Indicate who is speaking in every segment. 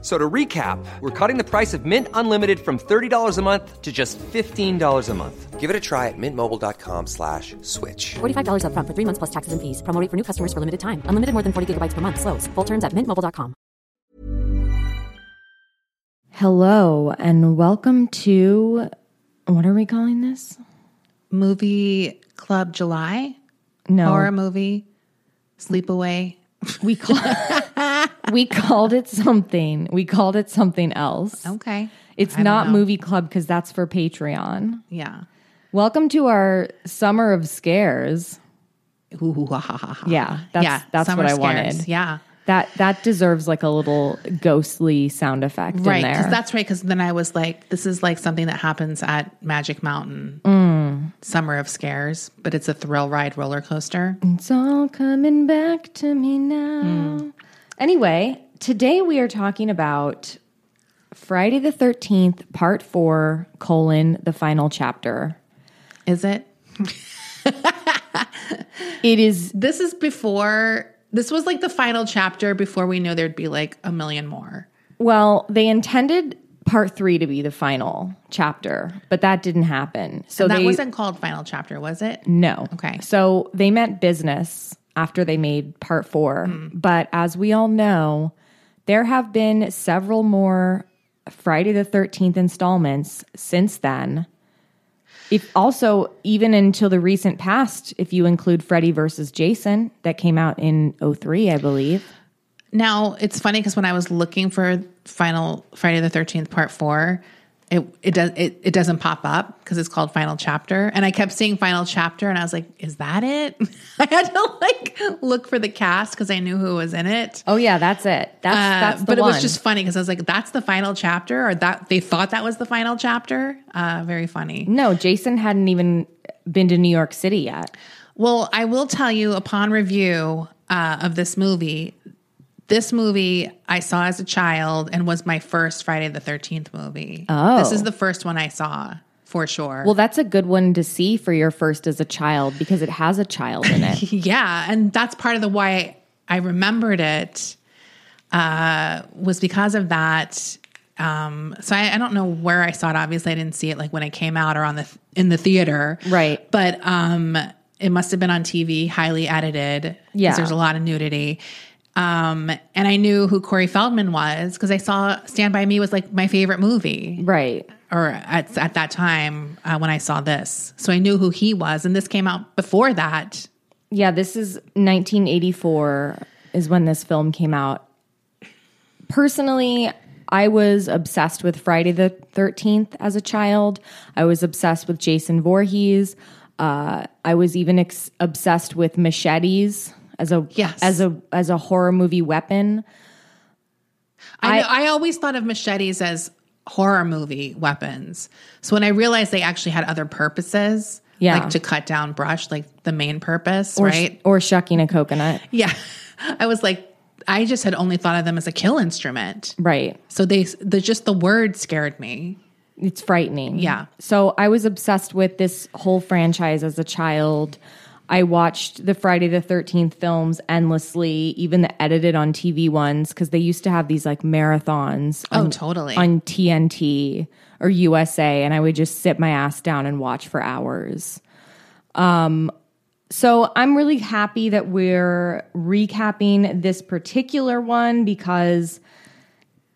Speaker 1: So to recap, we're cutting the price of Mint Unlimited from $30 a month to just $15 a month. Give it a try at mintmobile.com slash switch.
Speaker 2: $45 upfront for three months plus taxes and fees. Promo rate for new customers for limited time. Unlimited more than 40 gigabytes per month. Slows. Full terms at mintmobile.com.
Speaker 3: Hello and welcome to what are we calling this?
Speaker 4: movie club July
Speaker 3: No,
Speaker 4: horror movie sleepaway.
Speaker 3: we call we called it something. We called it something else.
Speaker 4: Okay,
Speaker 3: It's not movie club because that's for Patreon.
Speaker 4: yeah.
Speaker 3: Welcome to our summer of scares.
Speaker 4: Ooh, ha, ha, ha, ha.
Speaker 3: Yeah, that's
Speaker 4: yeah.
Speaker 3: that's
Speaker 4: summer
Speaker 3: what I
Speaker 4: scares.
Speaker 3: wanted.
Speaker 4: Yeah,
Speaker 3: That that deserves like a little ghostly sound effect
Speaker 4: right.
Speaker 3: in there.
Speaker 4: Because that's right. Because then I was like, this is like something that happens at Magic Mountain,
Speaker 3: Mm.
Speaker 4: Summer of Scares, but it's a thrill ride roller coaster.
Speaker 3: It's all coming back to me now. Anyway, today we are talking about Friday the 13th, part four, colon, the final chapter.
Speaker 4: Is it?
Speaker 3: It is,
Speaker 4: This is before. This was like the final chapter before we knew there'd be like a million more.
Speaker 3: well, they intended part three to be the final chapter, but that didn't happen. So
Speaker 4: That
Speaker 3: they,
Speaker 4: wasn't called final chapter, was it?
Speaker 3: No.
Speaker 4: Okay.
Speaker 3: So they meant business after they made part four. But as we all know, there have been several more Friday the 13th installments since then. If also, even until the recent past, if you include Freddy versus Jason, that came out in 03, I believe.
Speaker 4: Now it's funny because when I was looking for final Friday the Thirteenth Part Four, it it does it, it doesn't pop up because it's called Final Chapter, and I kept seeing Final Chapter, and I was like, "Is that it?" I had to like look for the cast because I knew who was in it.
Speaker 3: Oh, yeah, that's it. That's,
Speaker 4: Uh,
Speaker 3: that's the
Speaker 4: but
Speaker 3: one.
Speaker 4: it was just funny because I was like, "That's the final chapter," or that they thought that was the final chapter. Uh, very funny.
Speaker 3: No, Jason hadn't even been to New York City yet.
Speaker 4: Well, I will tell you upon review uh, of this movie, this movie I saw as a child and was my first Friday the 13th movie. Oh. This is the first one I saw for sure.
Speaker 3: Well, that's a good one to see for your first as a child because it has a child in it.
Speaker 4: yeah. And that's part of the why I remembered it uh, was because of that. Um, so I, I don't know where I saw it. Obviously, I didn't see it like when it came out or on the in the theater,
Speaker 3: Right.
Speaker 4: But um, it must have been on TV, highly edited. 'cause
Speaker 3: Yeah.
Speaker 4: there's a lot of nudity. Um, and I knew who Corey Feldman was because I saw Stand by Me was like my favorite movie
Speaker 3: Right.
Speaker 4: or at, at that time uh, when I saw this. So I knew who he was. And this came out before that.
Speaker 3: Yeah, this is 1984 is when this film came out. Personally, I was obsessed with Friday the 13th as a child. I was obsessed with Jason Voorhees. Uh, I was even ex- obsessed with machetes as a
Speaker 4: Yes.
Speaker 3: as a as a horror movie weapon.
Speaker 4: I, know, I always thought of machetes as horror movie weapons. So when I realized they actually had other purposes,
Speaker 3: Yeah.
Speaker 4: like to cut down brush, like the main purpose,
Speaker 3: Or,
Speaker 4: right?
Speaker 3: or shucking a coconut.
Speaker 4: yeah. I was like, I just had only thought of them as a kill instrument.
Speaker 3: Right.
Speaker 4: So they, the, just the word scared me.
Speaker 3: It's frightening.
Speaker 4: Yeah.
Speaker 3: So I was obsessed with this whole franchise as a child. I watched the Friday the 13th films endlessly, even the edited on TV ones, because they used to have these like marathons
Speaker 4: Oh,
Speaker 3: on,
Speaker 4: totally.
Speaker 3: on TNT or USA. And I would just sit my ass down and watch for hours. Um, so I'm really happy that we're recapping this particular one because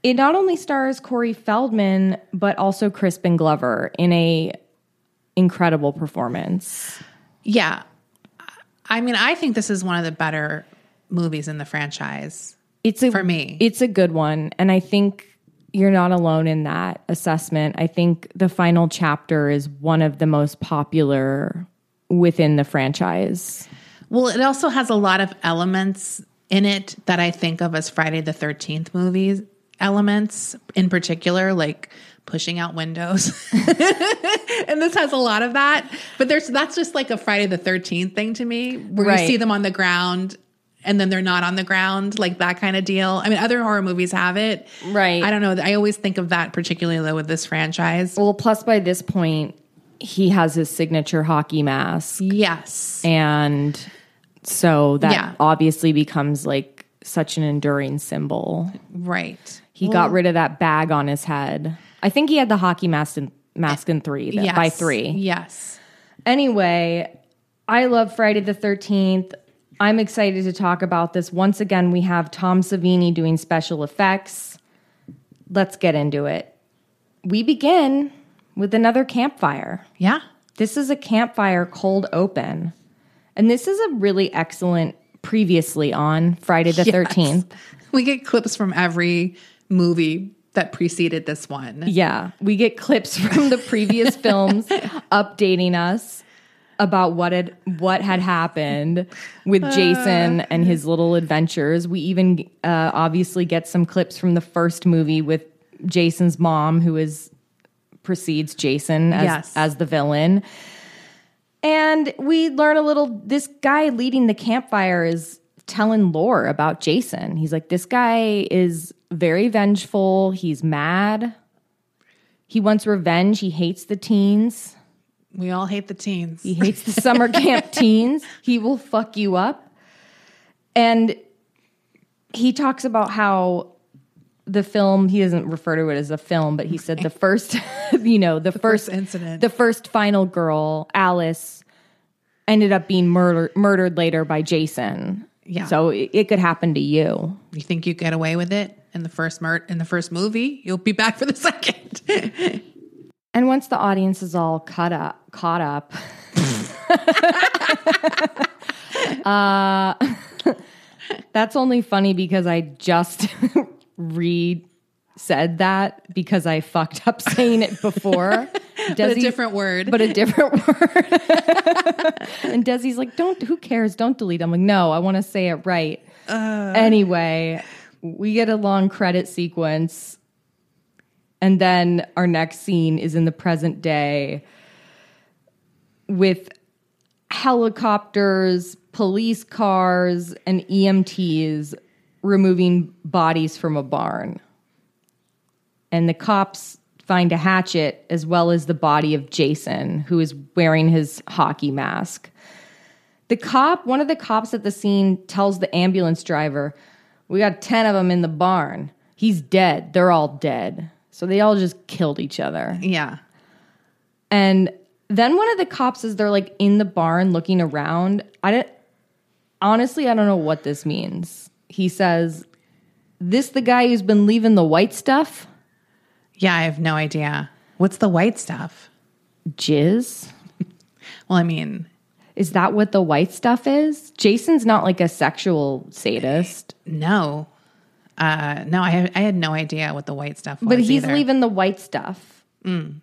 Speaker 3: it not only stars Corey Feldman but also Crispin Glover in a incredible performance.
Speaker 4: Yeah. I mean, I think this is one of the better movies in the franchise.
Speaker 3: It's a,
Speaker 4: For me.
Speaker 3: It's a good one, and I think you're not alone in that assessment. I think the final chapter is one of the most popular within the franchise.
Speaker 4: Well, it also has a lot of elements in it that I think of as Friday the 13th movies elements in particular, like pushing out windows. and this has a lot of that. But there's that's just like a Friday the 13th thing to me, where
Speaker 3: Right.
Speaker 4: you see them on the ground and then they're not on the ground, like that kind of deal. I mean, other horror movies have it.
Speaker 3: Right.
Speaker 4: I don't know. I always think of that particularly though with this franchise.
Speaker 3: Well, plus by this point, he has his signature hockey mask.
Speaker 4: Yes.
Speaker 3: And so that
Speaker 4: Yeah.
Speaker 3: obviously becomes like such an enduring symbol.
Speaker 4: Right.
Speaker 3: He got rid of that bag on his head. I think he had the hockey mask in, mask in three, that-
Speaker 4: Yes.
Speaker 3: by three.
Speaker 4: Yes.
Speaker 3: Anyway, I love Friday the 13th. I'm excited to talk about this. Once again, we have Tom Savini doing special effects. Let's get into it. We begin with another campfire.
Speaker 4: Yeah.
Speaker 3: This is a campfire cold open. And this is a really excellent previously on Friday the
Speaker 4: Yes.
Speaker 3: 13th.
Speaker 4: We get clips from every movie that preceded this one.
Speaker 3: Yeah, we get clips from the previous films updating us about what had what had happened with Jason and his little adventures. We even uh, obviously get some clips from the first movie with Jason's mom, who is precedes Jason as
Speaker 4: Yes.
Speaker 3: as the villain. And we learn a little. This guy leading the campfire is telling lore about Jason. He's like, this guy is very vengeful. He's mad. He wants revenge. He hates the teens.
Speaker 4: We all hate the teens.
Speaker 3: He hates the summer camp teens. He will fuck you up. And he talks about how the film, he doesn't refer to it as a film, but he said the first, you know, the,
Speaker 4: first incident.
Speaker 3: the first final girl, Alice, ended up being murder- murdered later by Jason.
Speaker 4: Yeah.
Speaker 3: So it, it could happen to you.
Speaker 4: You think you get away with it in the first mur- in the first movie? You'll be back for the second.
Speaker 3: And once the audience is all caught up, caught up, uh, that's only funny because I just re said that because I fucked up saying it before.
Speaker 4: but a
Speaker 3: Desi-
Speaker 4: different word.
Speaker 3: but a different word. and Desi's like, "Don't. Who cares? Don't delete." I'm like, "No, I want to say it right."
Speaker 4: Uh.
Speaker 3: anyway, we get a long credit sequence, and then our next scene is in the present day with helicopters, police cars, and EMTs removing bodies from a barn. And the cops find a hatchet as well as the body of Jason, who is wearing his hockey mask. The cop, one of the cops at the scene, tells the ambulance driver, We got 10 of them in the barn. He's dead. They're all dead. So they all just killed each other.
Speaker 4: yeah.
Speaker 3: And then one of the cops is they're like in the barn looking around. I don't honestly, I don't know what this means. He says, "This the guy who's been leaving the white stuff,
Speaker 4: Yeah, I have no idea. What's the white stuff?
Speaker 3: jizz."
Speaker 4: Well, I mean,
Speaker 3: Is that what the white stuff is? Jason's not like a sexual sadist,
Speaker 4: no. Uh, no, I had, I had no idea what the white stuff was.
Speaker 3: but he's
Speaker 4: either.
Speaker 3: leaving the white stuff.
Speaker 4: Mm.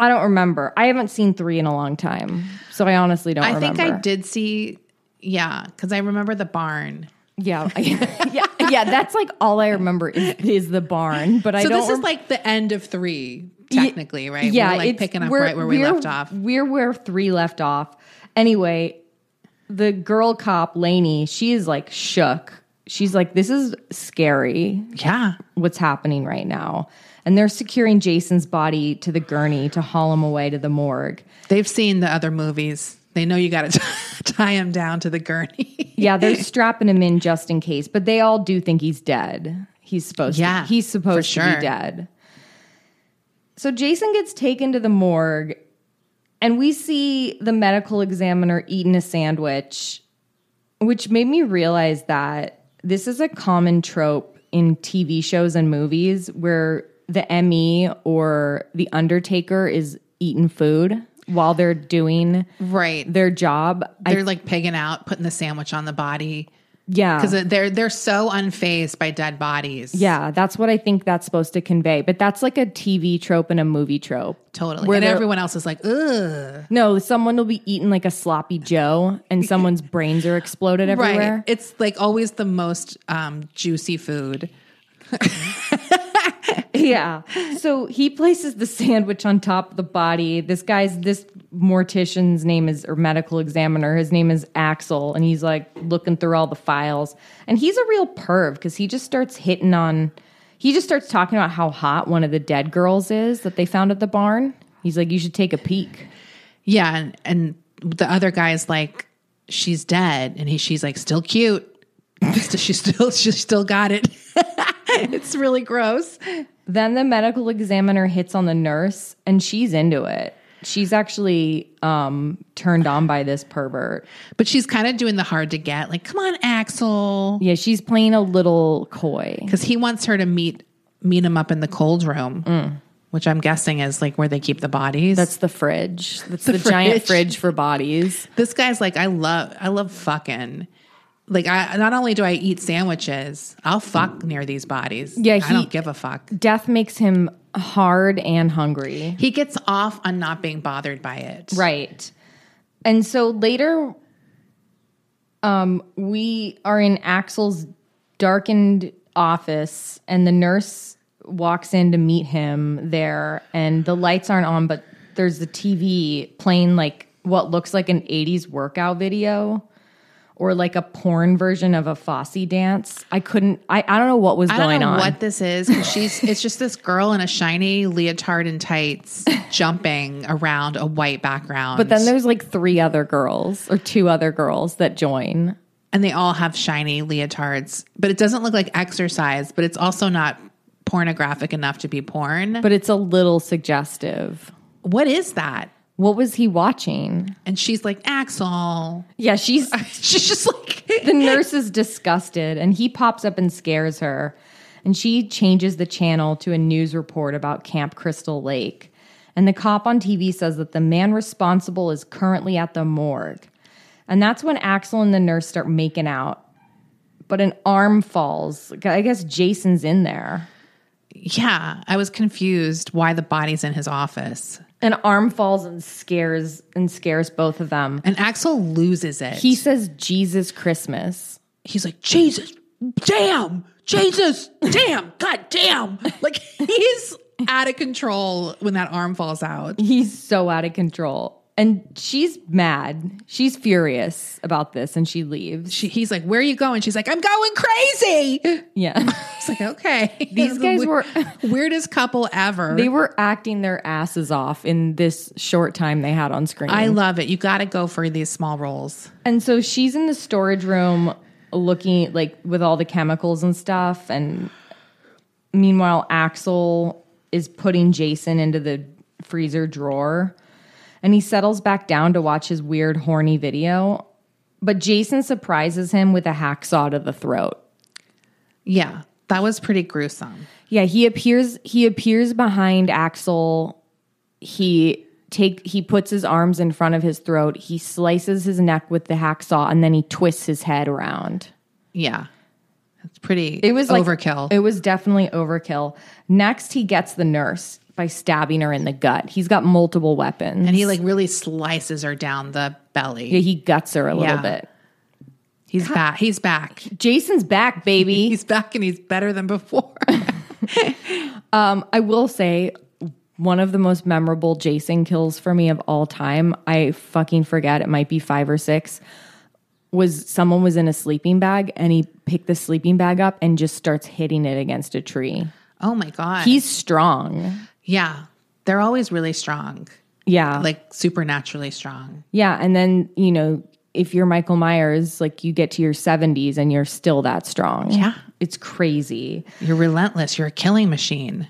Speaker 3: I don't remember. I haven't seen three in a long time, so I honestly don't.
Speaker 4: I
Speaker 3: remember.
Speaker 4: think I did see, yeah, because I remember the barn.
Speaker 3: Yeah, I- yeah, yeah. That's like all I remember is, is the barn, but I
Speaker 4: So
Speaker 3: don't.
Speaker 4: this is
Speaker 3: rem-
Speaker 4: like the end of three, technically, right?
Speaker 3: Yeah,
Speaker 4: we're like
Speaker 3: it's-
Speaker 4: picking up
Speaker 3: we're-
Speaker 4: right where we
Speaker 3: we're-
Speaker 4: left off.
Speaker 3: We're where three left off. Anyway, the girl cop Lainey, she is like shook. She's like, "This is scary.
Speaker 4: Yeah,
Speaker 3: What's happening right now?" And they're securing Jason's body to the gurney to haul him away to the morgue.
Speaker 4: they've seen the other movies. They know you got to tie him down to the gurney.
Speaker 3: Yeah, they're strapping him in just in case, but they all do think he's dead. He's supposed
Speaker 4: Yeah,
Speaker 3: to, he's
Speaker 4: for
Speaker 3: supposed to
Speaker 4: sure.
Speaker 3: be dead. So Jason gets taken to the morgue and we see the medical examiner eating a sandwich, which made me realize that this is a common trope in TV shows and movies where the Emmy or the Undertaker is eating food while they're doing
Speaker 4: right.
Speaker 3: their job. I,
Speaker 4: They're like pigging out, putting the sandwich on the body
Speaker 3: yeah.
Speaker 4: because they're they're so unfazed by dead bodies.
Speaker 3: Yeah, that's what I think that's supposed to convey. But that's like a TV trope and a movie trope.
Speaker 4: totally.
Speaker 3: Where
Speaker 4: and
Speaker 3: they're-
Speaker 4: everyone else is like, ugh,
Speaker 3: No, someone will be eating like a sloppy Joe, and someone's brains are exploded everywhere.
Speaker 4: right. It's like always the most um, juicy food.
Speaker 3: yeah. So he places the sandwich on top of the body. This guy's this mortician's name is or medical examiner. His name is Axel, and he's like looking through all the files. And he's a real perv because he just starts hitting on. He just starts talking about how hot one of the dead girls is that they found at the barn. He's like, you should take a peek.
Speaker 4: Yeah, and, and the other guy's like, she's dead, and he, she's like, still cute. she's still she still got it. it's really gross.
Speaker 3: Then the medical examiner hits on the nurse, and she's into it. She's actually um, turned on by this pervert.
Speaker 4: But she's kind of doing the hard to get. Like, come on, Axel,
Speaker 3: Yeah, she's playing a little coy.
Speaker 4: because he wants her to meet meet him up in the cold room, which I'm guessing is like where they keep the bodies.
Speaker 3: Mm. That's the fridge. That's the, giant
Speaker 4: fridge.
Speaker 3: fridge for bodies.
Speaker 4: this guy's like, I love I love fucking. Like I not only do I eat sandwiches, I'll fuck near these bodies.
Speaker 3: Mm. Yeah,
Speaker 4: I
Speaker 3: he-
Speaker 4: don't give a fuck.
Speaker 3: Death makes him hard and hungry.
Speaker 4: He gets off on not being bothered by it.
Speaker 3: Right. And so later um we are in Axel's darkened office and the nurse walks in to meet him there and the lights aren't on but there's the TV playing like what looks like an 80s workout video or like a porn version of a Fosse dance. I couldn't I, I don't know what was
Speaker 4: I
Speaker 3: going
Speaker 4: don't know
Speaker 3: on.
Speaker 4: what this is. 'cause She's it's just this girl in a shiny leotard and tights jumping around a white background.
Speaker 3: but then there's like three other girls or two other girls that join.
Speaker 4: and they all have shiny leotards, but it doesn't look like exercise, but it's also not pornographic enough to be porn. But
Speaker 3: But it's a little suggestive.
Speaker 4: what is that?
Speaker 3: What was he watching?
Speaker 4: And she's like, Axel.
Speaker 3: Yeah, she's
Speaker 4: She's just like
Speaker 3: the nurse is disgusted and he pops up and scares her. And she changes the channel to a news report about Camp Crystal Lake. And the cop on TV says that the man responsible is currently at the morgue. And that's when Axel and the nurse start making out. But an arm falls. I guess Jason's in there.
Speaker 4: Yeah. I was confused why the body's in his office.
Speaker 3: An arm falls and scares and scares both of them.
Speaker 4: And Axel loses it.
Speaker 3: He says Jesus Christmas.
Speaker 4: he's like, Jesus, damn, Jesus, damn, god damn. Like he's out of control when that arm falls out.
Speaker 3: He's so out of control. And she's mad. She's furious about this and she leaves.
Speaker 4: She, he's like, Where are you going? She's like, I'm going crazy.
Speaker 3: yeah.
Speaker 4: It's like, okay.
Speaker 3: These guys were-
Speaker 4: weirdest couple ever.
Speaker 3: they were acting their asses off in this short time they had on screen.
Speaker 4: I love it. You got to go for these small roles.
Speaker 3: and so she's in the storage room looking like with all the chemicals and stuff and meanwhile Axel is putting Jason into the freezer drawer and he settles back down to watch his weird horny video. But Jason surprises him with a hacksaw to the throat.
Speaker 4: Yeah. That was pretty gruesome.
Speaker 3: Yeah, he appears he appears behind Axel. He take he puts his arms in front of his throat. He slices his neck with the hacksaw and then he twists his head around.
Speaker 4: Yeah. It's pretty
Speaker 3: It was like-
Speaker 4: overkill.
Speaker 3: It was definitely overkill. Next he gets the nurse by stabbing her in the gut. He's got multiple weapons.
Speaker 4: and he like really slices her down the belly.
Speaker 3: he guts her a little
Speaker 4: Yeah.
Speaker 3: bit.
Speaker 4: He's back. He's back.
Speaker 3: Jason's back, baby.
Speaker 4: He's back and he's better than before.
Speaker 3: I will say one of the most memorable Jason kills for me of all time. I fucking forget. It might be five or six. Was someone was in a sleeping bag and he picked the sleeping bag up and just starts hitting it against a tree.
Speaker 4: oh my god.
Speaker 3: He's strong.
Speaker 4: yeah. They're always really strong.
Speaker 3: Yeah.
Speaker 4: Like supernaturally strong.
Speaker 3: yeah. And then, you know, if you're Michael Myers, like you get to your 70s and you're still that strong.
Speaker 4: Yeah.
Speaker 3: It's crazy.
Speaker 4: You're relentless. You're a killing machine.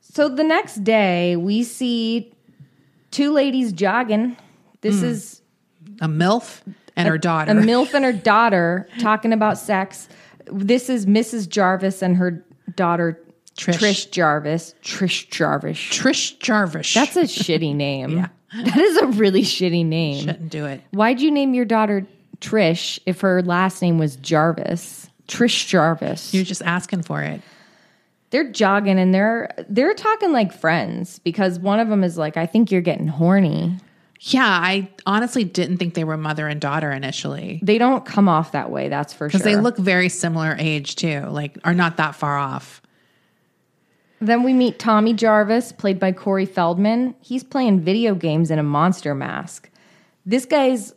Speaker 3: So the next day, we see two ladies jogging. This
Speaker 4: Hmm.
Speaker 3: is
Speaker 4: A MILF and her daughter.
Speaker 3: a MILF and her daughter talking about sex. This is Mrs. Jarvis and her daughter
Speaker 4: Trish.
Speaker 3: Jarvis. Trish Jarvis.
Speaker 4: Trish Jarvis.
Speaker 3: That's a shitty name. That is a really shitty name.
Speaker 4: shouldn't do it.
Speaker 3: Why'd you name your daughter Trish if her last name was Jarvis? Trish Jarvis.
Speaker 4: You're just asking for it.
Speaker 3: they're jogging and they're they're talking like friends because one of them is like, "I think you're getting horny."
Speaker 4: Yeah, I honestly didn't think they were mother and daughter initially
Speaker 3: They don't come off that way. That's for sure.
Speaker 4: because they look very similar age too, like are not that far off.
Speaker 3: Then we meet Tommy Jarvis, played by Corey Feldman. He's playing video games in a monster mask. This guy's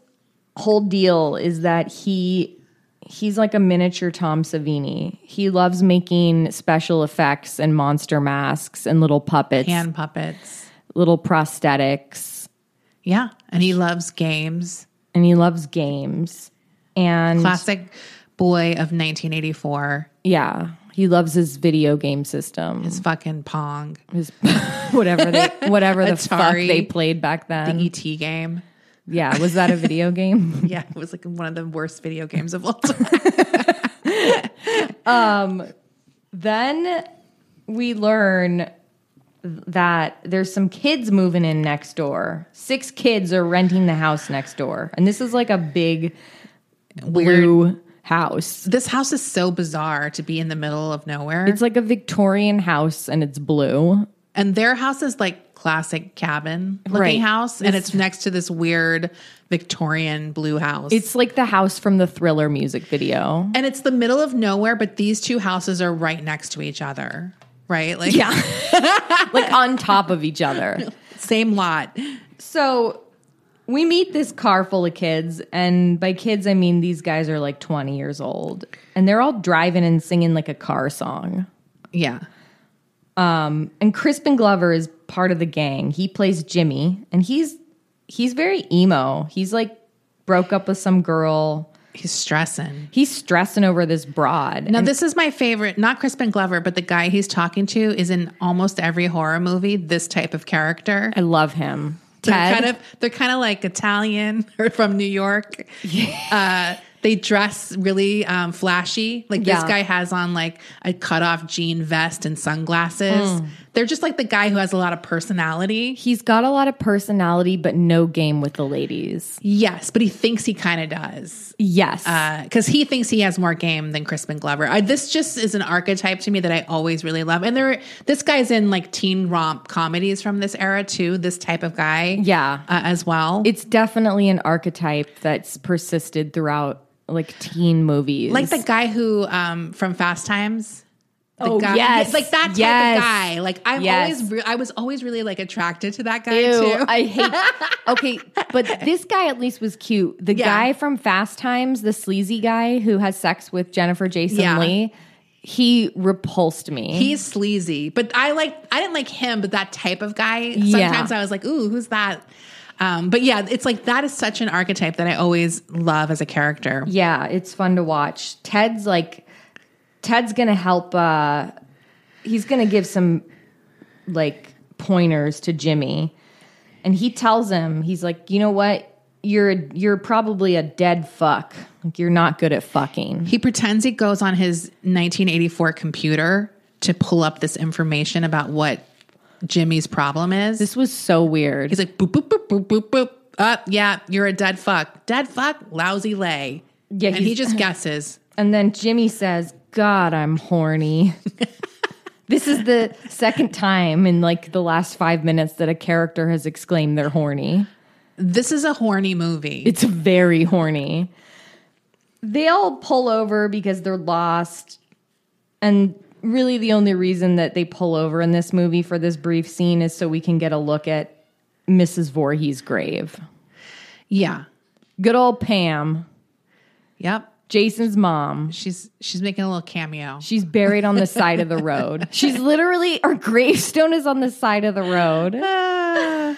Speaker 3: whole deal is that he he's like a miniature Tom Savini. He loves making special effects and monster masks and little puppets,
Speaker 4: hand puppets.
Speaker 3: little prosthetics,
Speaker 4: Yeah, and he loves games.
Speaker 3: and he loves games. And
Speaker 4: Classic boy of 1984
Speaker 3: yeah, he loves his video game system.
Speaker 4: is fucking Pong,
Speaker 3: his whatever they whatever the fuck
Speaker 4: Atari.
Speaker 3: they played back then.
Speaker 4: the ET E game.
Speaker 3: yeah, was that a video game?
Speaker 4: Yeah, it was like one of the worst video games of all time.
Speaker 3: then we learn that there's some kids moving in next door. Six kids are renting the house next door, and this is like a big blue house.
Speaker 4: this house is so bizarre to be in the middle of nowhere.
Speaker 3: It's like a Victorian house, and it's blue.
Speaker 4: and their house is like classic cabin looking
Speaker 3: Right.
Speaker 4: house and it's next to this weird Victorian blue house.
Speaker 3: It's like the house from the Thriller music video.
Speaker 4: and it's the middle of nowhere but these two houses are right next to each other, right? Like
Speaker 3: like on top of each other.
Speaker 4: same lot.
Speaker 3: So we meet this car full of kids, and by kids I mean these guys are like 20 years old, and they're all driving and singing like a car song.
Speaker 4: Yeah.
Speaker 3: And Crispin Glover is part of the gang. He plays Jimmy, and he's he's very emo. He's like broke up with some girl.
Speaker 4: He's stressing.
Speaker 3: He's stressing over this broad.
Speaker 4: Now this is my favorite, not Crispin Glover, but the guy he's talking to is in almost every horror movie this type of character.
Speaker 3: I love him.
Speaker 4: They're
Speaker 3: Ted,
Speaker 4: kind of they're kind of like Italian or from New York. Uh, they dress really um, flashy. Like
Speaker 3: Yeah.
Speaker 4: this guy has on like a cut off jean vest and sunglasses. They're just like the guy who has a lot of personality.
Speaker 3: he's got a lot of personality, but no game with the ladies.
Speaker 4: Yes, but he thinks he kind of does
Speaker 3: Yes.
Speaker 4: because Uh, he thinks he has more game than Crispin Glover. I, this just is an archetype to me that I always really love. And there, this guy's in like teen romp comedies from this era too. This type of guy,
Speaker 3: yeah.
Speaker 4: uh, as well.
Speaker 3: It's definitely an archetype that's persisted throughout like teen movies.
Speaker 4: like the guy who um from Fast Times. The
Speaker 3: Oh,
Speaker 4: guy,
Speaker 3: yes.
Speaker 4: like that type
Speaker 3: Yes.
Speaker 4: of guy. Like I'm
Speaker 3: Yes.
Speaker 4: always, re- I was always really like attracted to that guy
Speaker 3: Ew,
Speaker 4: too.
Speaker 3: I hate. Okay, but this guy at least was cute. The
Speaker 4: Yeah.
Speaker 3: guy from Fast Times, the sleazy guy who has sex with Jennifer Jason
Speaker 4: Yeah.
Speaker 3: Lee, he repulsed me.
Speaker 4: He's sleazy, but I like, I didn't like him, but that type of guy. Sometimes
Speaker 3: Yeah.
Speaker 4: I was like, ooh, who's that? Um, but yeah, it's like that is such an archetype that I always love as a character.
Speaker 3: yeah, it's fun to watch. Ted's like, Ted's gonna help. uh He's gonna give some like pointers to Jimmy, and he tells him he's like, you know what, you're you're probably a dead fuck. Like you're not good at fucking.
Speaker 4: He pretends he goes on his 1984 computer to pull up this information about what Jimmy's problem is.
Speaker 3: This was so weird.
Speaker 4: He's like, boop, boop, boop, boop, boop, boop. Up, yeah, you're a dead fuck. Dead fuck, lousy lay.
Speaker 3: Yeah,
Speaker 4: and he
Speaker 3: he's-
Speaker 4: just guesses.
Speaker 3: And then Jimmy says, God, I'm horny. this is the second time in like the last five minutes that a character has exclaimed they're horny.
Speaker 4: This is a horny movie.
Speaker 3: It's very horny. They all pull over because they're lost. And really, the only reason that they pull over in this movie for this brief scene is so we can get a look at Mrs. Voorhees' grave.
Speaker 4: yeah.
Speaker 3: Good old Pam,
Speaker 4: Yep.
Speaker 3: Jason's mom.
Speaker 4: She's she's making a little cameo.
Speaker 3: She's buried on the side of the road. She's literally, her gravestone is on the side of the road. Ah.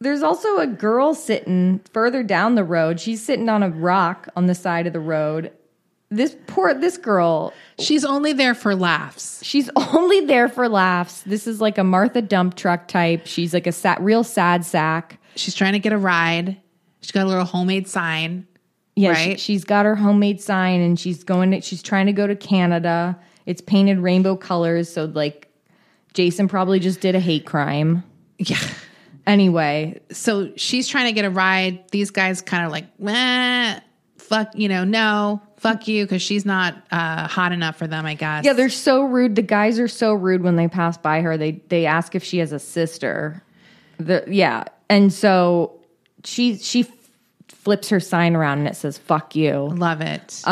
Speaker 3: There's also a girl sitting further down the road. She's sitting on a rock on the side of the road. This poor, this girl,
Speaker 4: She's only there for laughs.
Speaker 3: she's only there for laughs. This is like a Martha dump truck type. She's like a sa- real sad sack.
Speaker 4: She's trying to get a ride. She's got a little homemade sign.
Speaker 3: Yeah,
Speaker 4: Right.
Speaker 3: she, has got her homemade sign and she's going. To, she's trying to go to Canada. It's painted rainbow colors, so like Jason probably just did a hate crime.
Speaker 4: Yeah.
Speaker 3: Anyway,
Speaker 4: So she's trying to get a ride. These guys kind of like, meh, fuck, you know, no, fuck you, because she's not uh, hot enough for them, I guess.
Speaker 3: yeah, they're so rude. The guys are so rude when they pass by her. They they ask if she has a sister. The, yeah, and so she she f- flips her sign around and it says "fuck you."
Speaker 4: Love it.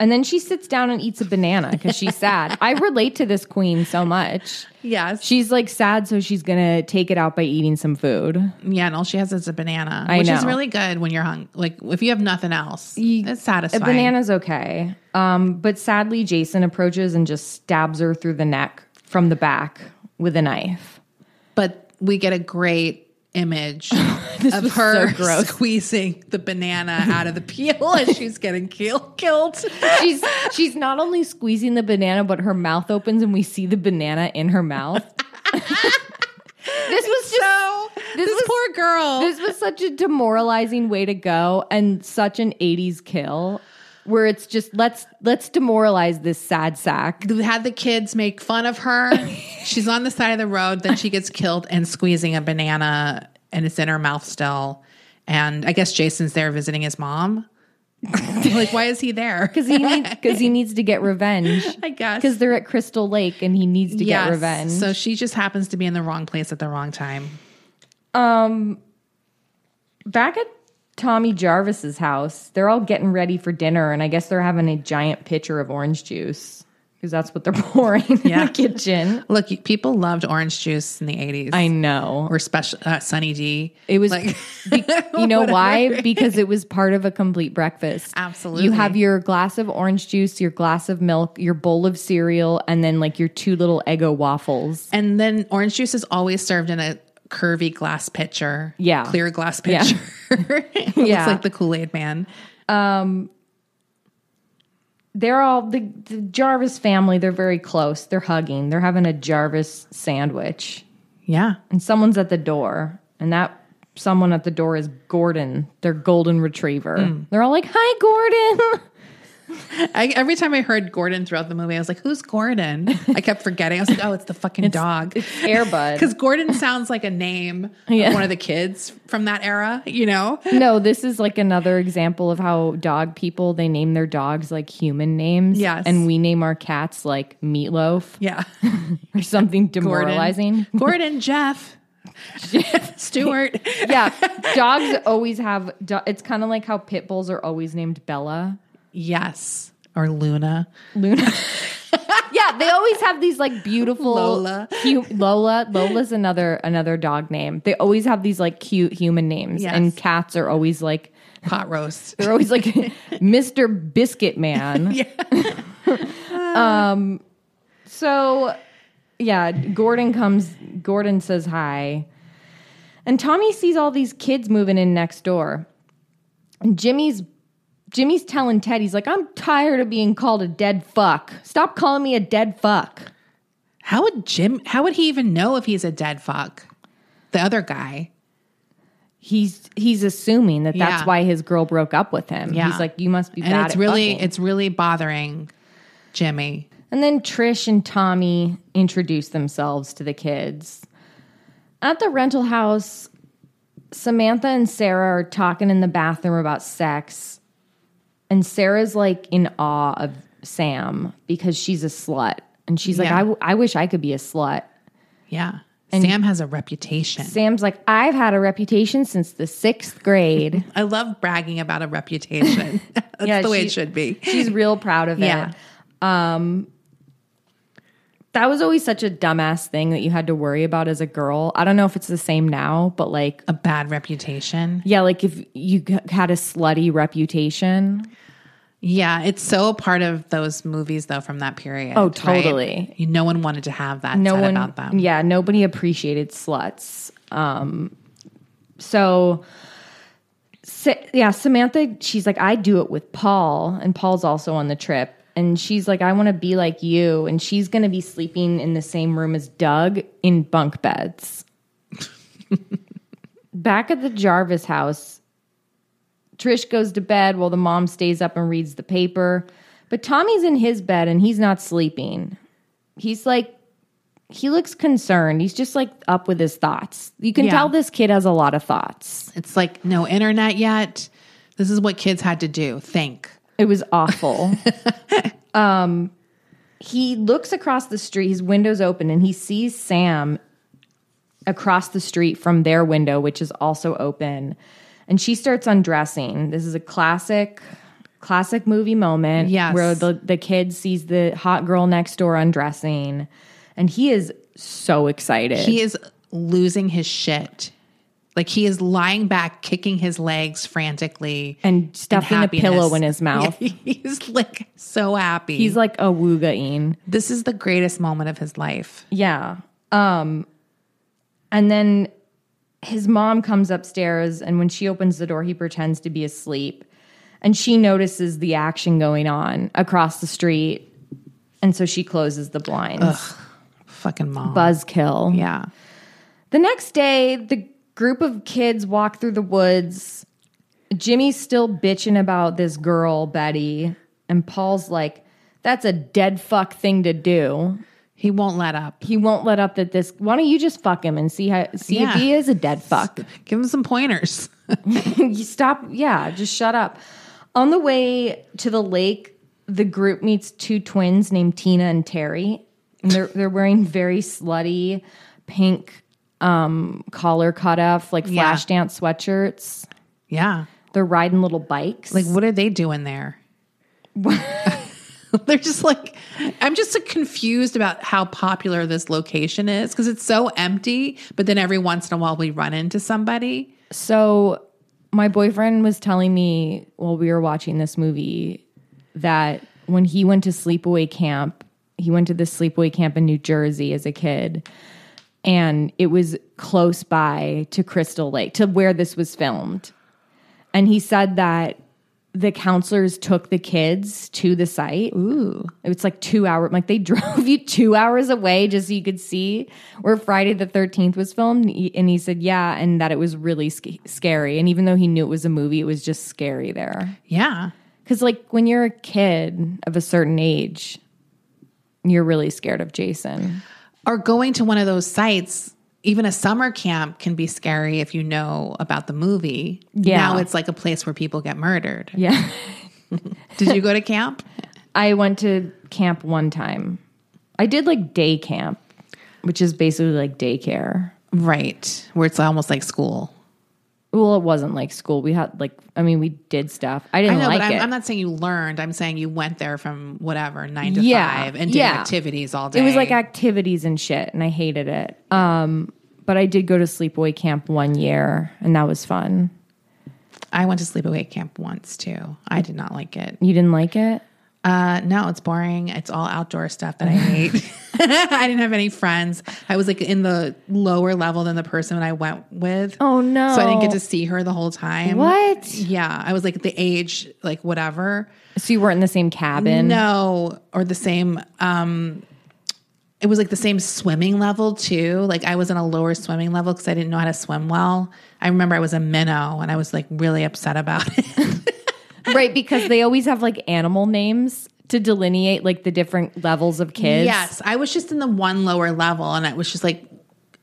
Speaker 3: And then she sits down and eats a banana because she's sad. I relate to this queen so much.
Speaker 4: Yes.
Speaker 3: She's like sad, so she's gonna take it out by eating some food.
Speaker 4: Yeah, and all she has is a banana,
Speaker 3: I
Speaker 4: which is
Speaker 3: know.
Speaker 4: really good when you're hung. Like if you have nothing else, it's satisfying.
Speaker 3: A banana's okay. Um, but sadly, Jason approaches and just stabs her through the neck from the back with a knife.
Speaker 4: but we get a great image of
Speaker 3: was
Speaker 4: her
Speaker 3: so gross.
Speaker 4: squeezing the banana out of the peel as she's getting kill- killed.
Speaker 3: She's she's not only squeezing the banana, but her mouth opens and we see the banana in her mouth. this was just
Speaker 4: So this,
Speaker 3: was-
Speaker 4: poor girl.
Speaker 3: this was such a demoralizing way to go and such an 80s kill where it's just let's let's demoralize this sad sack
Speaker 4: We had the kids make fun of her. She's on the side of the road, then she gets killed and squeezing a banana, and it's in her mouth still. And I guess Jason's there visiting his mom. like, why is he there?
Speaker 3: because he needs because he needs to get revenge
Speaker 4: I guess
Speaker 3: because they're at crystal lake and he needs to
Speaker 4: Yes.
Speaker 3: get revenge
Speaker 4: So she just happens to be in the wrong place at the wrong time.
Speaker 3: back at tommy jarvis's house they're all getting ready for dinner and i guess they're having a giant pitcher of orange juice because that's what they're pouring in
Speaker 4: Yeah.
Speaker 3: the kitchen
Speaker 4: Look, you- people loved orange juice in the eighties.
Speaker 3: i know
Speaker 4: or special uh, Sunny D.
Speaker 3: It was,
Speaker 4: like
Speaker 3: be- you know why? Because it was part of a complete breakfast.
Speaker 4: Absolutely.
Speaker 3: You have your glass of orange juice, your glass of milk, your bowl of cereal, and then like your two little Eggo waffles.
Speaker 4: and then orange juice is always served in a curvy glass pitcher.
Speaker 3: Yeah.
Speaker 4: clear glass
Speaker 3: Yeah.
Speaker 4: pitcher. it
Speaker 3: Yeah.
Speaker 4: looks like the Kool Aid Man.
Speaker 3: They're all the, the Jarvis family, they're very close. They're hugging, they're having a Jarvis sandwich,
Speaker 4: Yeah,
Speaker 3: and someone's at the door, and that someone at the door is Gordon, their golden retriever.
Speaker 4: Hmm.
Speaker 3: They're all like, Hi, Gordon.
Speaker 4: I, every time I heard Gordon throughout the movie, I was like, "Who's Gordon?" I kept forgetting. I was like, "Oh, it's the fucking dog."
Speaker 3: Airbud.
Speaker 4: Because Gordon sounds like a name of one of the kids from that era, you know?
Speaker 3: No, this is like another example of how dog people they name their dogs like human names.
Speaker 4: Yes.
Speaker 3: And we name our cats like meatloaf
Speaker 4: Yeah.
Speaker 3: or something
Speaker 4: Gordon.
Speaker 3: demoralizing.
Speaker 4: Gordon, Jeff, Stuart.
Speaker 3: yeah. Dogs always have do- it's kind of like how pit bulls are always named Bella.
Speaker 4: Yes. Or Luna.
Speaker 3: Luna. yeah, they always have these like beautiful
Speaker 4: Lola.
Speaker 3: hu- Lola. Lola's another another dog name. They always have these like cute human names.
Speaker 4: Yes.
Speaker 3: And cats are always like
Speaker 4: Pot roast.
Speaker 3: They're always like Mr. Biscuit Man. um so yeah, Gordon comes Gordon says hi. And Tommy sees all these kids moving in next door. And Jimmy's Jimmy's telling Ted, he's like, I'm tired of being called a dead fuck. Stop calling me a dead fuck.
Speaker 4: How would Jim, how would he even know if he's a dead fuck? The other guy.
Speaker 3: He's he's assuming that that's
Speaker 4: Yeah.
Speaker 3: why his girl broke up with him.
Speaker 4: Yeah.
Speaker 3: He's like, you must be bad
Speaker 4: And it's
Speaker 3: at
Speaker 4: really,
Speaker 3: fucking."
Speaker 4: it's really bothering Jimmy.
Speaker 3: And then Trish and Tommy introduce themselves to the kids. At the rental house, Samantha and Sarah are talking in the bathroom about sex. And Sarah's like in awe of Sam because she's a slut. And she's like,
Speaker 4: Yeah.
Speaker 3: I, w- I wish I could be a slut.
Speaker 4: Yeah. Sam has a reputation.
Speaker 3: Sam's like, I've had a reputation since the sixth grade.
Speaker 4: I love bragging about a reputation. That's
Speaker 3: Yeah,
Speaker 4: the way
Speaker 3: she-
Speaker 4: it should be.
Speaker 3: She's real proud of it.
Speaker 4: Yeah.
Speaker 3: Um, that was always such a dumbass thing that you had to worry about as a girl. I don't know if it's the same now, but like,
Speaker 4: A bad reputation.
Speaker 3: yeah, like if you g- had a slutty reputation,
Speaker 4: Yeah, it's so a part of those movies though from that period.
Speaker 3: Oh,
Speaker 4: right?
Speaker 3: totally.
Speaker 4: You- No one wanted to have that
Speaker 3: no
Speaker 4: said
Speaker 3: one,
Speaker 4: about them.
Speaker 3: yeah, nobody appreciated sluts. Um, so. Sa- yeah, Samantha, she's like, I do it with Paul, and Paul's also on the trip. And she's like, I want to be like you. And she's going to be sleeping in the same room as Doug in bunk beds. Back at the Jarvis house, Trish goes to bed while the mom stays up and reads the paper. But Tommy's in his bed and he's not sleeping. He's like, he looks concerned. He's just like up with his thoughts. You can
Speaker 4: Yeah.
Speaker 3: tell this kid has a lot of thoughts.
Speaker 4: It's like no internet yet. This is what kids had to do. Think.
Speaker 3: It was awful. um, he looks across the street, his window's open, and he sees Sam across the street from their window, which is also open. And she starts undressing. This is a classic classic movie moment
Speaker 4: Yes.
Speaker 3: where the, the kid sees the hot girl next door undressing and he is so excited.
Speaker 4: He is losing his shit. Like he is lying back, kicking his legs frantically,
Speaker 3: and stuffing a
Speaker 4: happiness.
Speaker 3: pillow in his mouth.
Speaker 4: Yeah, he's like so happy.
Speaker 3: He's like a woogaing.
Speaker 4: this is the greatest moment of his life.
Speaker 3: Yeah. Um and then his mom comes upstairs and when she opens the door he pretends to be asleep and she notices the action going on across the street and so she closes the blinds.
Speaker 4: Fucking mom.
Speaker 3: Buzzkill.
Speaker 4: yeah.
Speaker 3: The next day the group of kids walk through the woods. Jimmy's still bitching about this girl, Betty, and Paul's like that's a dead fuck thing to do.
Speaker 4: He won't let up.
Speaker 3: he won't let up that this why don't you just fuck him and see how see if
Speaker 4: Yeah.
Speaker 3: he is a dead fuck
Speaker 4: Give him some pointers.
Speaker 3: you stop yeah just shut up on the way to the lake the group meets two twins named tina and terry and they're, they're wearing very slutty pink um collar cutoff like
Speaker 4: Yeah.
Speaker 3: flash dance sweatshirts
Speaker 4: Yeah.
Speaker 3: they're riding little bikes
Speaker 4: Like, what are they doing there? They're just like, I'm just so confused about how popular this location is because it's so empty. But then every once in a while we run into somebody.
Speaker 3: So my boyfriend was telling me while we were watching this movie that when he went to sleepaway camp, he went to this sleepaway camp in New Jersey as a kid. And it was close by to Crystal Lake, to where this was filmed. And he said that the counselors took the kids to the site. Ooh. It's like two hour like they drove you two hours away just so you could see where Friday the 13th was filmed. And he- And he said, yeah, and that it was really sc- scary. And even though he knew it was a movie, it was just scary there.
Speaker 4: Yeah.
Speaker 3: Because, like, when you're a kid of a certain age, you're really scared of Jason.
Speaker 4: Or going to one of those sites, even a summer camp can be scary if you know about the movie.
Speaker 3: Yeah.
Speaker 4: Now it's like a place where people get murdered.
Speaker 3: Yeah.
Speaker 4: Did you go to camp?
Speaker 3: I went to camp one time. I did like day camp, which is basically like daycare.
Speaker 4: Right. Where it's almost like school.
Speaker 3: Well, it wasn't like school. We had like, I mean, we did stuff. I didn't
Speaker 4: I know,
Speaker 3: like
Speaker 4: but I'm,
Speaker 3: it.
Speaker 4: I'm not saying you learned. I'm saying you went there from whatever nine to
Speaker 3: Yeah,
Speaker 4: five and did
Speaker 3: yeah.
Speaker 4: activities all day.
Speaker 3: it was like activities and shit, and I hated it. Um, but I did go to sleepaway camp one year, and that was fun.
Speaker 4: I went to sleepaway camp once too. I did not like it.
Speaker 3: You didn't like it?
Speaker 4: Uh, no, it's boring. It's all outdoor stuff that I hate. I didn't have any friends. I was like in the lower level than the person that I went with.
Speaker 3: Oh, no.
Speaker 4: So I didn't get to see her the whole time.
Speaker 3: What?
Speaker 4: Yeah, I was like the age, like whatever.
Speaker 3: So you weren't in the same cabin?
Speaker 4: No, or the same. Um, it was like the same swimming level too. Like I was in a lower swimming level because I didn't know how to swim well. I remember I was a minnow and I was like really upset about it.
Speaker 3: right? Because they always have like animal names to delineate like the different levels of kids.
Speaker 4: yes, I was just in the one lower level, and it was just like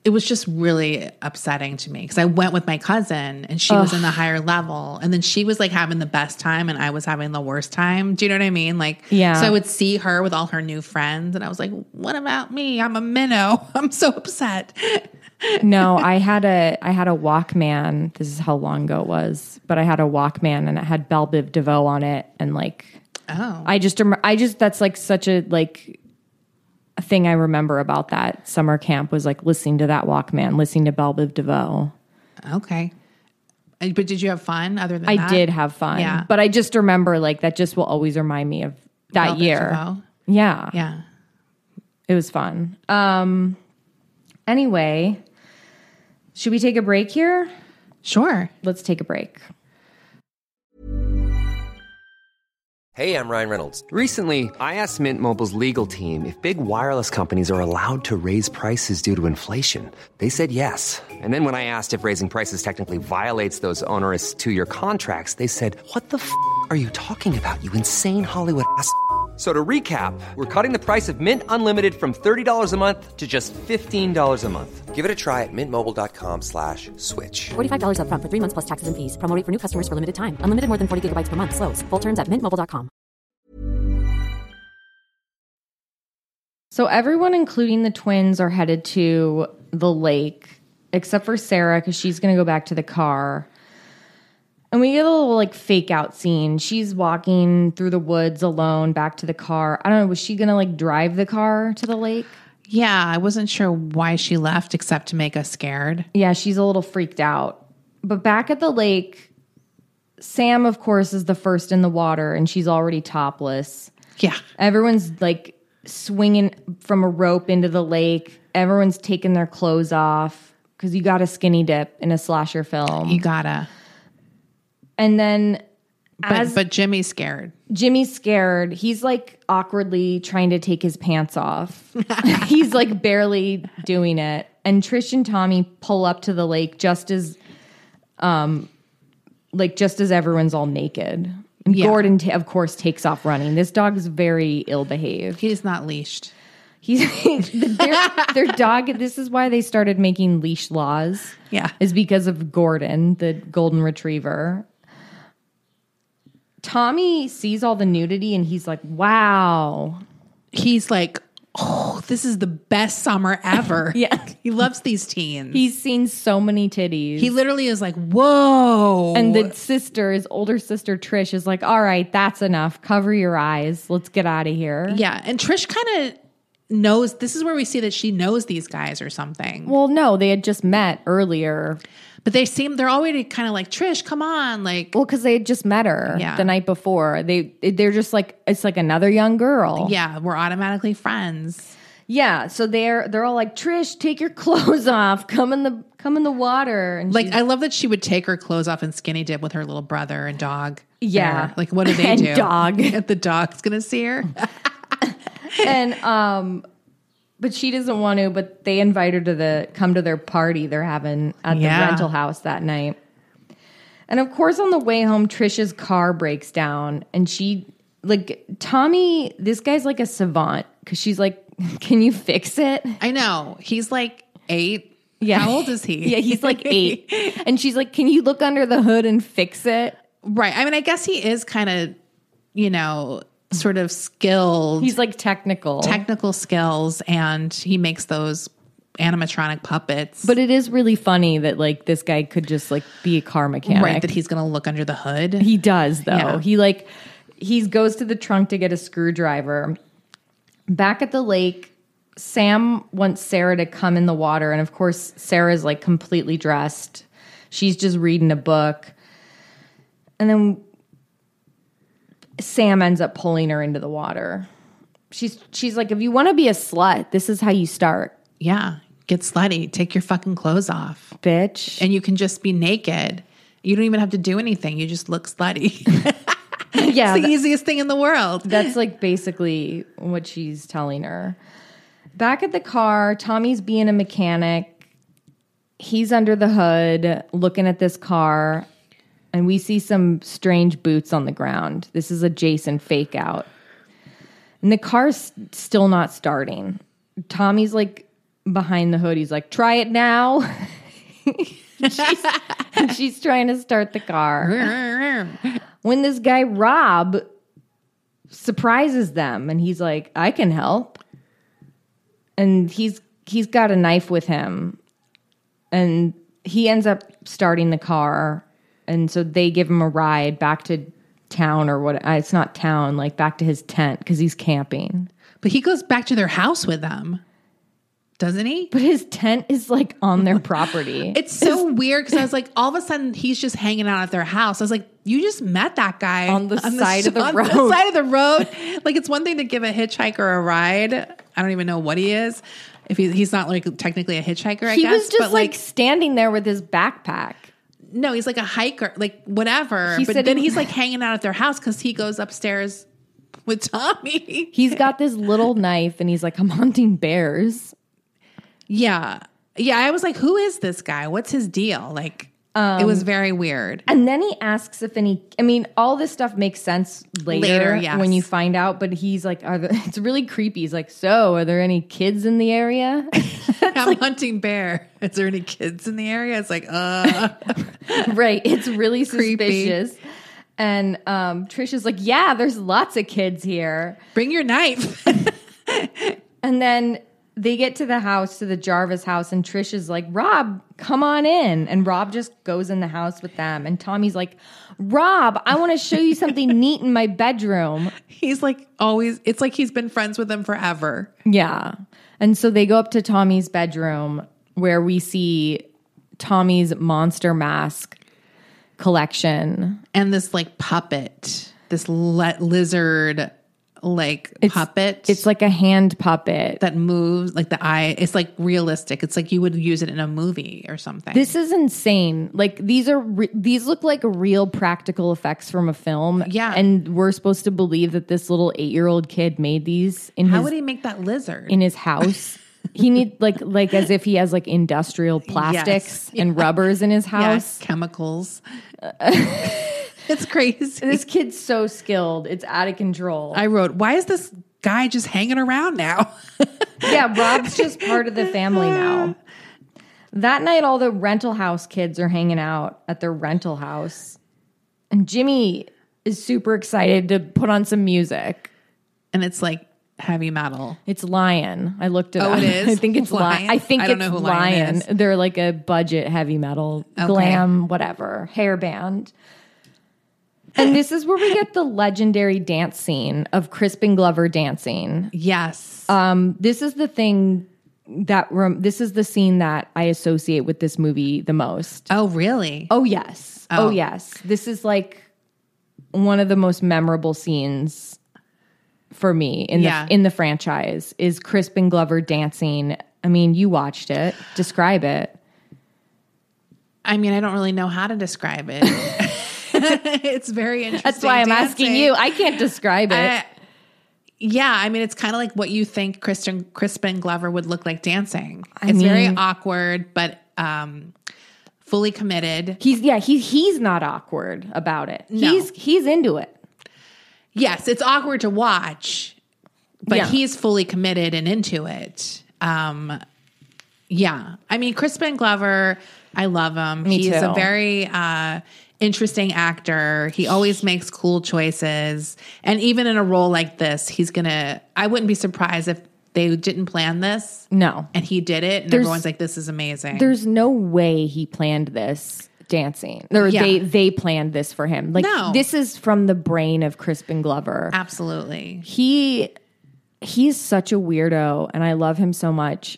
Speaker 4: it was just really upsetting to me because I went with my cousin and she was in the higher level, and then she was like having the best time and I was having the worst time. Do you know what I mean? Like,
Speaker 3: Yeah.
Speaker 4: So I would see her with all her new friends, and I was like, "What about me? I'm a minnow. I'm so upset."
Speaker 3: no, I had a I had a Walkman. This is how long ago it was, but I had a Walkman and it had Belle Biv DeVoe on it, and like
Speaker 4: Oh.
Speaker 3: I just remember. I just that's like such a like a thing I remember about that summer camp was like listening to that Walkman, listening to Belle Biv DeVoe.
Speaker 4: Okay. And- But did you have fun other than
Speaker 3: I
Speaker 4: that?
Speaker 3: did have fun,
Speaker 4: Yeah.
Speaker 3: but I just remember like that just will always remind me of that
Speaker 4: Belle Biv
Speaker 3: year.
Speaker 4: DeVoe?
Speaker 3: Yeah,
Speaker 4: Yeah.
Speaker 3: it was fun. Um. Anyway, should we take a break here?
Speaker 4: Sure.
Speaker 3: Let's take a break.
Speaker 1: Hey, I'm Ryan Reynolds. Recently, I asked Mint Mobile's legal team if big wireless companies are allowed to raise prices due to inflation. They said yes. And then when I asked if raising prices technically violates those onerous two year contracts, they said, What the f are you talking about, you insane Hollywood ass? f- So to recap, we're cutting the price of Mint Unlimited from $30 a month to just $15 a month.
Speaker 5: Give it a try at mintmobile.com slash switch.
Speaker 2: $45 upfront for three months plus taxes and fees. Promo rate for new customers for limited time. Unlimited more than 40 gigabytes per month. Slows. Full terms at mintmobile.com.
Speaker 3: So everyone, including the twins, are headed to the lake, except for Sarah because she's going to go back to the car. And we get a little like fake out scene. She's walking through the woods alone back to the car. I don't know. Was she gonna like drive the car to the lake?
Speaker 4: Yeah, I wasn't sure why she left except to make us scared.
Speaker 3: Yeah, she's a little freaked out. But back at the lake, Sam, of course, is the first in the water and she's already topless.
Speaker 4: Yeah.
Speaker 3: Everyone's like swinging from a rope into the lake. Everyone's taking their clothes off because you got a skinny dip in a slasher film.
Speaker 4: You gotta.
Speaker 3: And then
Speaker 4: But, but Jimmy's scared.
Speaker 3: Jimmy's scared. He's like awkwardly trying to take his pants off. He's like barely doing it. And Trish and Tommy pull up to the lake just as um like just as everyone's all naked. And
Speaker 4: Yeah.
Speaker 3: Gordon ta of course takes off running. This dog is very ill behaved.
Speaker 4: He's not leashed.
Speaker 3: He's their, their dog this is why they started making leash laws
Speaker 4: Yeah.
Speaker 3: is because of Gordon, the golden retriever. Tommy sees all the nudity and he's like, wow.
Speaker 4: He's like, oh, this is the best summer ever.
Speaker 3: Yeah.
Speaker 4: He loves these teens. He,
Speaker 3: He's seen so many titties.
Speaker 4: he literally is like, whoa.
Speaker 3: and the sister, his older sister Trish, is like, all right, that's enough. Cover your eyes. Let's get out of here.
Speaker 4: yeah. And Trish kind of knows this is where we see that she knows these guys or something.
Speaker 3: Well, no, they had just met earlier.
Speaker 4: But they seem, they're already kind of like, Trish, come on. Like,
Speaker 3: Well, because they had just met her
Speaker 4: Yeah.
Speaker 3: the night before. They they're just like it's like another young girl.
Speaker 4: yeah, we're automatically friends.
Speaker 3: yeah. So they're they're all like Trish, take your clothes off. Come in the come in the water. And
Speaker 4: Like, I love that she would take her clothes off and skinny dip with her little brother and dog.
Speaker 3: Yeah.
Speaker 4: there. Like, what do they
Speaker 3: And
Speaker 4: do?
Speaker 3: dog.
Speaker 4: the dog's going to see her.
Speaker 3: and um but she doesn't want to but they invite her to the come to their party they're having at the
Speaker 4: Yeah.
Speaker 3: rental house that night and of course on the way home trish's car breaks down and she like tommy this guy's like a savant because she's like can you fix it
Speaker 4: I know. He's like eight.
Speaker 3: yeah
Speaker 4: How old is he?
Speaker 3: yeah he's like eight and she's like can you look under the hood and fix it
Speaker 4: Right. I mean, I guess he is kind of, you know, sort of skilled,
Speaker 3: he's like technical
Speaker 4: technical skills, and he makes those animatronic puppets.
Speaker 3: but it is really funny that like this guy could just like be a car mechanic
Speaker 4: right, that he's going to look under the hood.
Speaker 3: He does though.
Speaker 4: Yeah.
Speaker 3: He like he goes to the trunk to get a screwdriver. Back at the lake, Sam wants Sarah to come in the water, and of course, Sarah's like completely dressed. She's just reading a book, and then Sam ends up pulling her into the water. She's she's like, if you want to be a slut, this is how you start,
Speaker 4: yeah, get slutty, take your fucking clothes off,
Speaker 3: bitch.
Speaker 4: and you can just be naked. You don't even have to do anything. You just look slutty.
Speaker 3: yeah,
Speaker 4: it's the easiest thing in the world.
Speaker 3: That's like basically what she's telling her. Back at the car, Tommy's being a mechanic. He's under the hood looking at this car, and we see some strange boots on the ground. This is a Jason fake out. And the car's still not starting. Tommy's like behind the hood. He's like, try it now. she's, she's trying to start the car when this guy Rob surprises them and he's like, "I can help." And he's he's got a knife with him. And he ends up starting the car and so they give him a ride back to town or what uh, it's not town, like back to his tent cuz he's camping.
Speaker 4: But he goes back to their house with them, doesn't he?
Speaker 3: But his tent is like on their property.
Speaker 4: It's so weird because I was like, all of a sudden he's just hanging out at their house. I was like, you just met that guy
Speaker 3: On the side of the
Speaker 4: on
Speaker 3: road.
Speaker 4: side of the road. Like it's one thing to give a hitchhiker a ride. I don't even know what he is. If he, he's not like technically a hitchhiker, I
Speaker 3: he
Speaker 4: guess.
Speaker 3: was just
Speaker 4: but
Speaker 3: like standing there with his backpack.
Speaker 4: no, he's like a hiker, like whatever.
Speaker 3: He
Speaker 4: but
Speaker 3: said
Speaker 4: then
Speaker 3: he-
Speaker 4: he's like hanging out at their house because he goes upstairs with Tommy.
Speaker 3: He's got this little knife and he's like, I'm hunting bears.
Speaker 4: yeah, yeah. I was like, who is this guy? What's his deal? Like, it
Speaker 3: Um,
Speaker 4: was very weird.
Speaker 3: And then he asks if any. I mean, all this stuff makes sense later,
Speaker 4: Later, yes.
Speaker 3: when you find out. But he's like, "Are there, it's really creepy." He's like, "So, are there any kids in the area?"
Speaker 4: I'm hunting bear. Is there any kids in the area? It's like, uh,
Speaker 3: right. It's really
Speaker 4: Creepy.
Speaker 3: suspicious. And um, Trish is like, "Yeah, there's lots of kids here."
Speaker 4: bring your knife.
Speaker 3: And then they get to the house, to the Jarvis house, and Trish is like, Rob, come on in. And Rob just goes in the house with them. And Tommy's like, Rob, I want to show you something neat in my bedroom.
Speaker 4: He's like always, it's like he's been friends with them forever.
Speaker 3: Yeah. And so they go up to Tommy's bedroom where we see Tommy's monster mask collection.
Speaker 4: And this like puppet, this le- lizard like puppet.
Speaker 3: It's like a hand puppet.
Speaker 4: that moves like the eye. It's like realistic. It's like you would use it in a movie or something.
Speaker 3: This is insane. Like these are re- these look like real practical effects from a film.
Speaker 4: Yeah.
Speaker 3: and we're supposed to believe that this little eight-year-old kid made these in
Speaker 4: How
Speaker 3: his
Speaker 4: would he make that lizard?
Speaker 3: in his house. he need like like as if he has like industrial plastics and rubbers in his
Speaker 4: Yeah,
Speaker 3: house.
Speaker 4: chemicals. it's crazy.
Speaker 3: This kid's so skilled; it's out of control.
Speaker 4: I wrote, why is this guy just hanging around now?
Speaker 3: yeah, Rob's just part of the family now. That night, all the rental house kids are hanging out at their rental house, and Jimmy is super excited to put on some music.
Speaker 4: and it's like heavy metal.
Speaker 3: It's Lion. I looked it
Speaker 4: Oh,
Speaker 3: up.
Speaker 4: it is?
Speaker 3: I think it's Lion.
Speaker 4: Lion?
Speaker 3: I think
Speaker 4: I don't
Speaker 3: it's
Speaker 4: know who Lion
Speaker 3: Lion.
Speaker 4: is.
Speaker 3: They're like a budget heavy metal glam, whatever hair band. And this is where we get the legendary dance scene of Crispin Glover dancing.
Speaker 4: Yes.
Speaker 3: Uh, Um, This is the thing that rem- this is the scene that I associate with this movie the most.
Speaker 4: oh, really?
Speaker 3: Oh yes. Oh, yes. This is like one of the most memorable scenes for me in
Speaker 4: Yeah.
Speaker 3: the in the franchise is Crispin Glover dancing. I mean, you watched it. Describe it.
Speaker 4: I mean, I don't really know how to describe it. it's very interesting.
Speaker 3: That's why I'm asking
Speaker 4: dancing.
Speaker 3: you. I can't describe it.
Speaker 4: I- yeah, I mean, it's kind of like what you think Kristen Crispin Glover would look like dancing. it's very
Speaker 3: mean-
Speaker 4: awkward, but um, fully committed.
Speaker 3: he's yeah, he he's not awkward about it. He's he's into it.
Speaker 4: Yes, it's awkward to watch, but
Speaker 3: Yeah.
Speaker 4: he's fully committed and into it. Um, yeah, I mean, Crispin Glover, I love him. he's
Speaker 3: too.
Speaker 4: a very uh, interesting actor. He always makes cool choices, and even in a role like this, he's gonna. I wouldn't be surprised if they didn't plan this.
Speaker 3: No.
Speaker 4: and he did it, and everyone's like, "This is amazing."
Speaker 3: There's no way he planned this dancing. Or
Speaker 4: Yeah.
Speaker 3: they they planned this for him. Like
Speaker 4: No.
Speaker 3: this is from the brain of Crispin Glover.
Speaker 4: Absolutely,
Speaker 3: he he's such a weirdo and i love him so much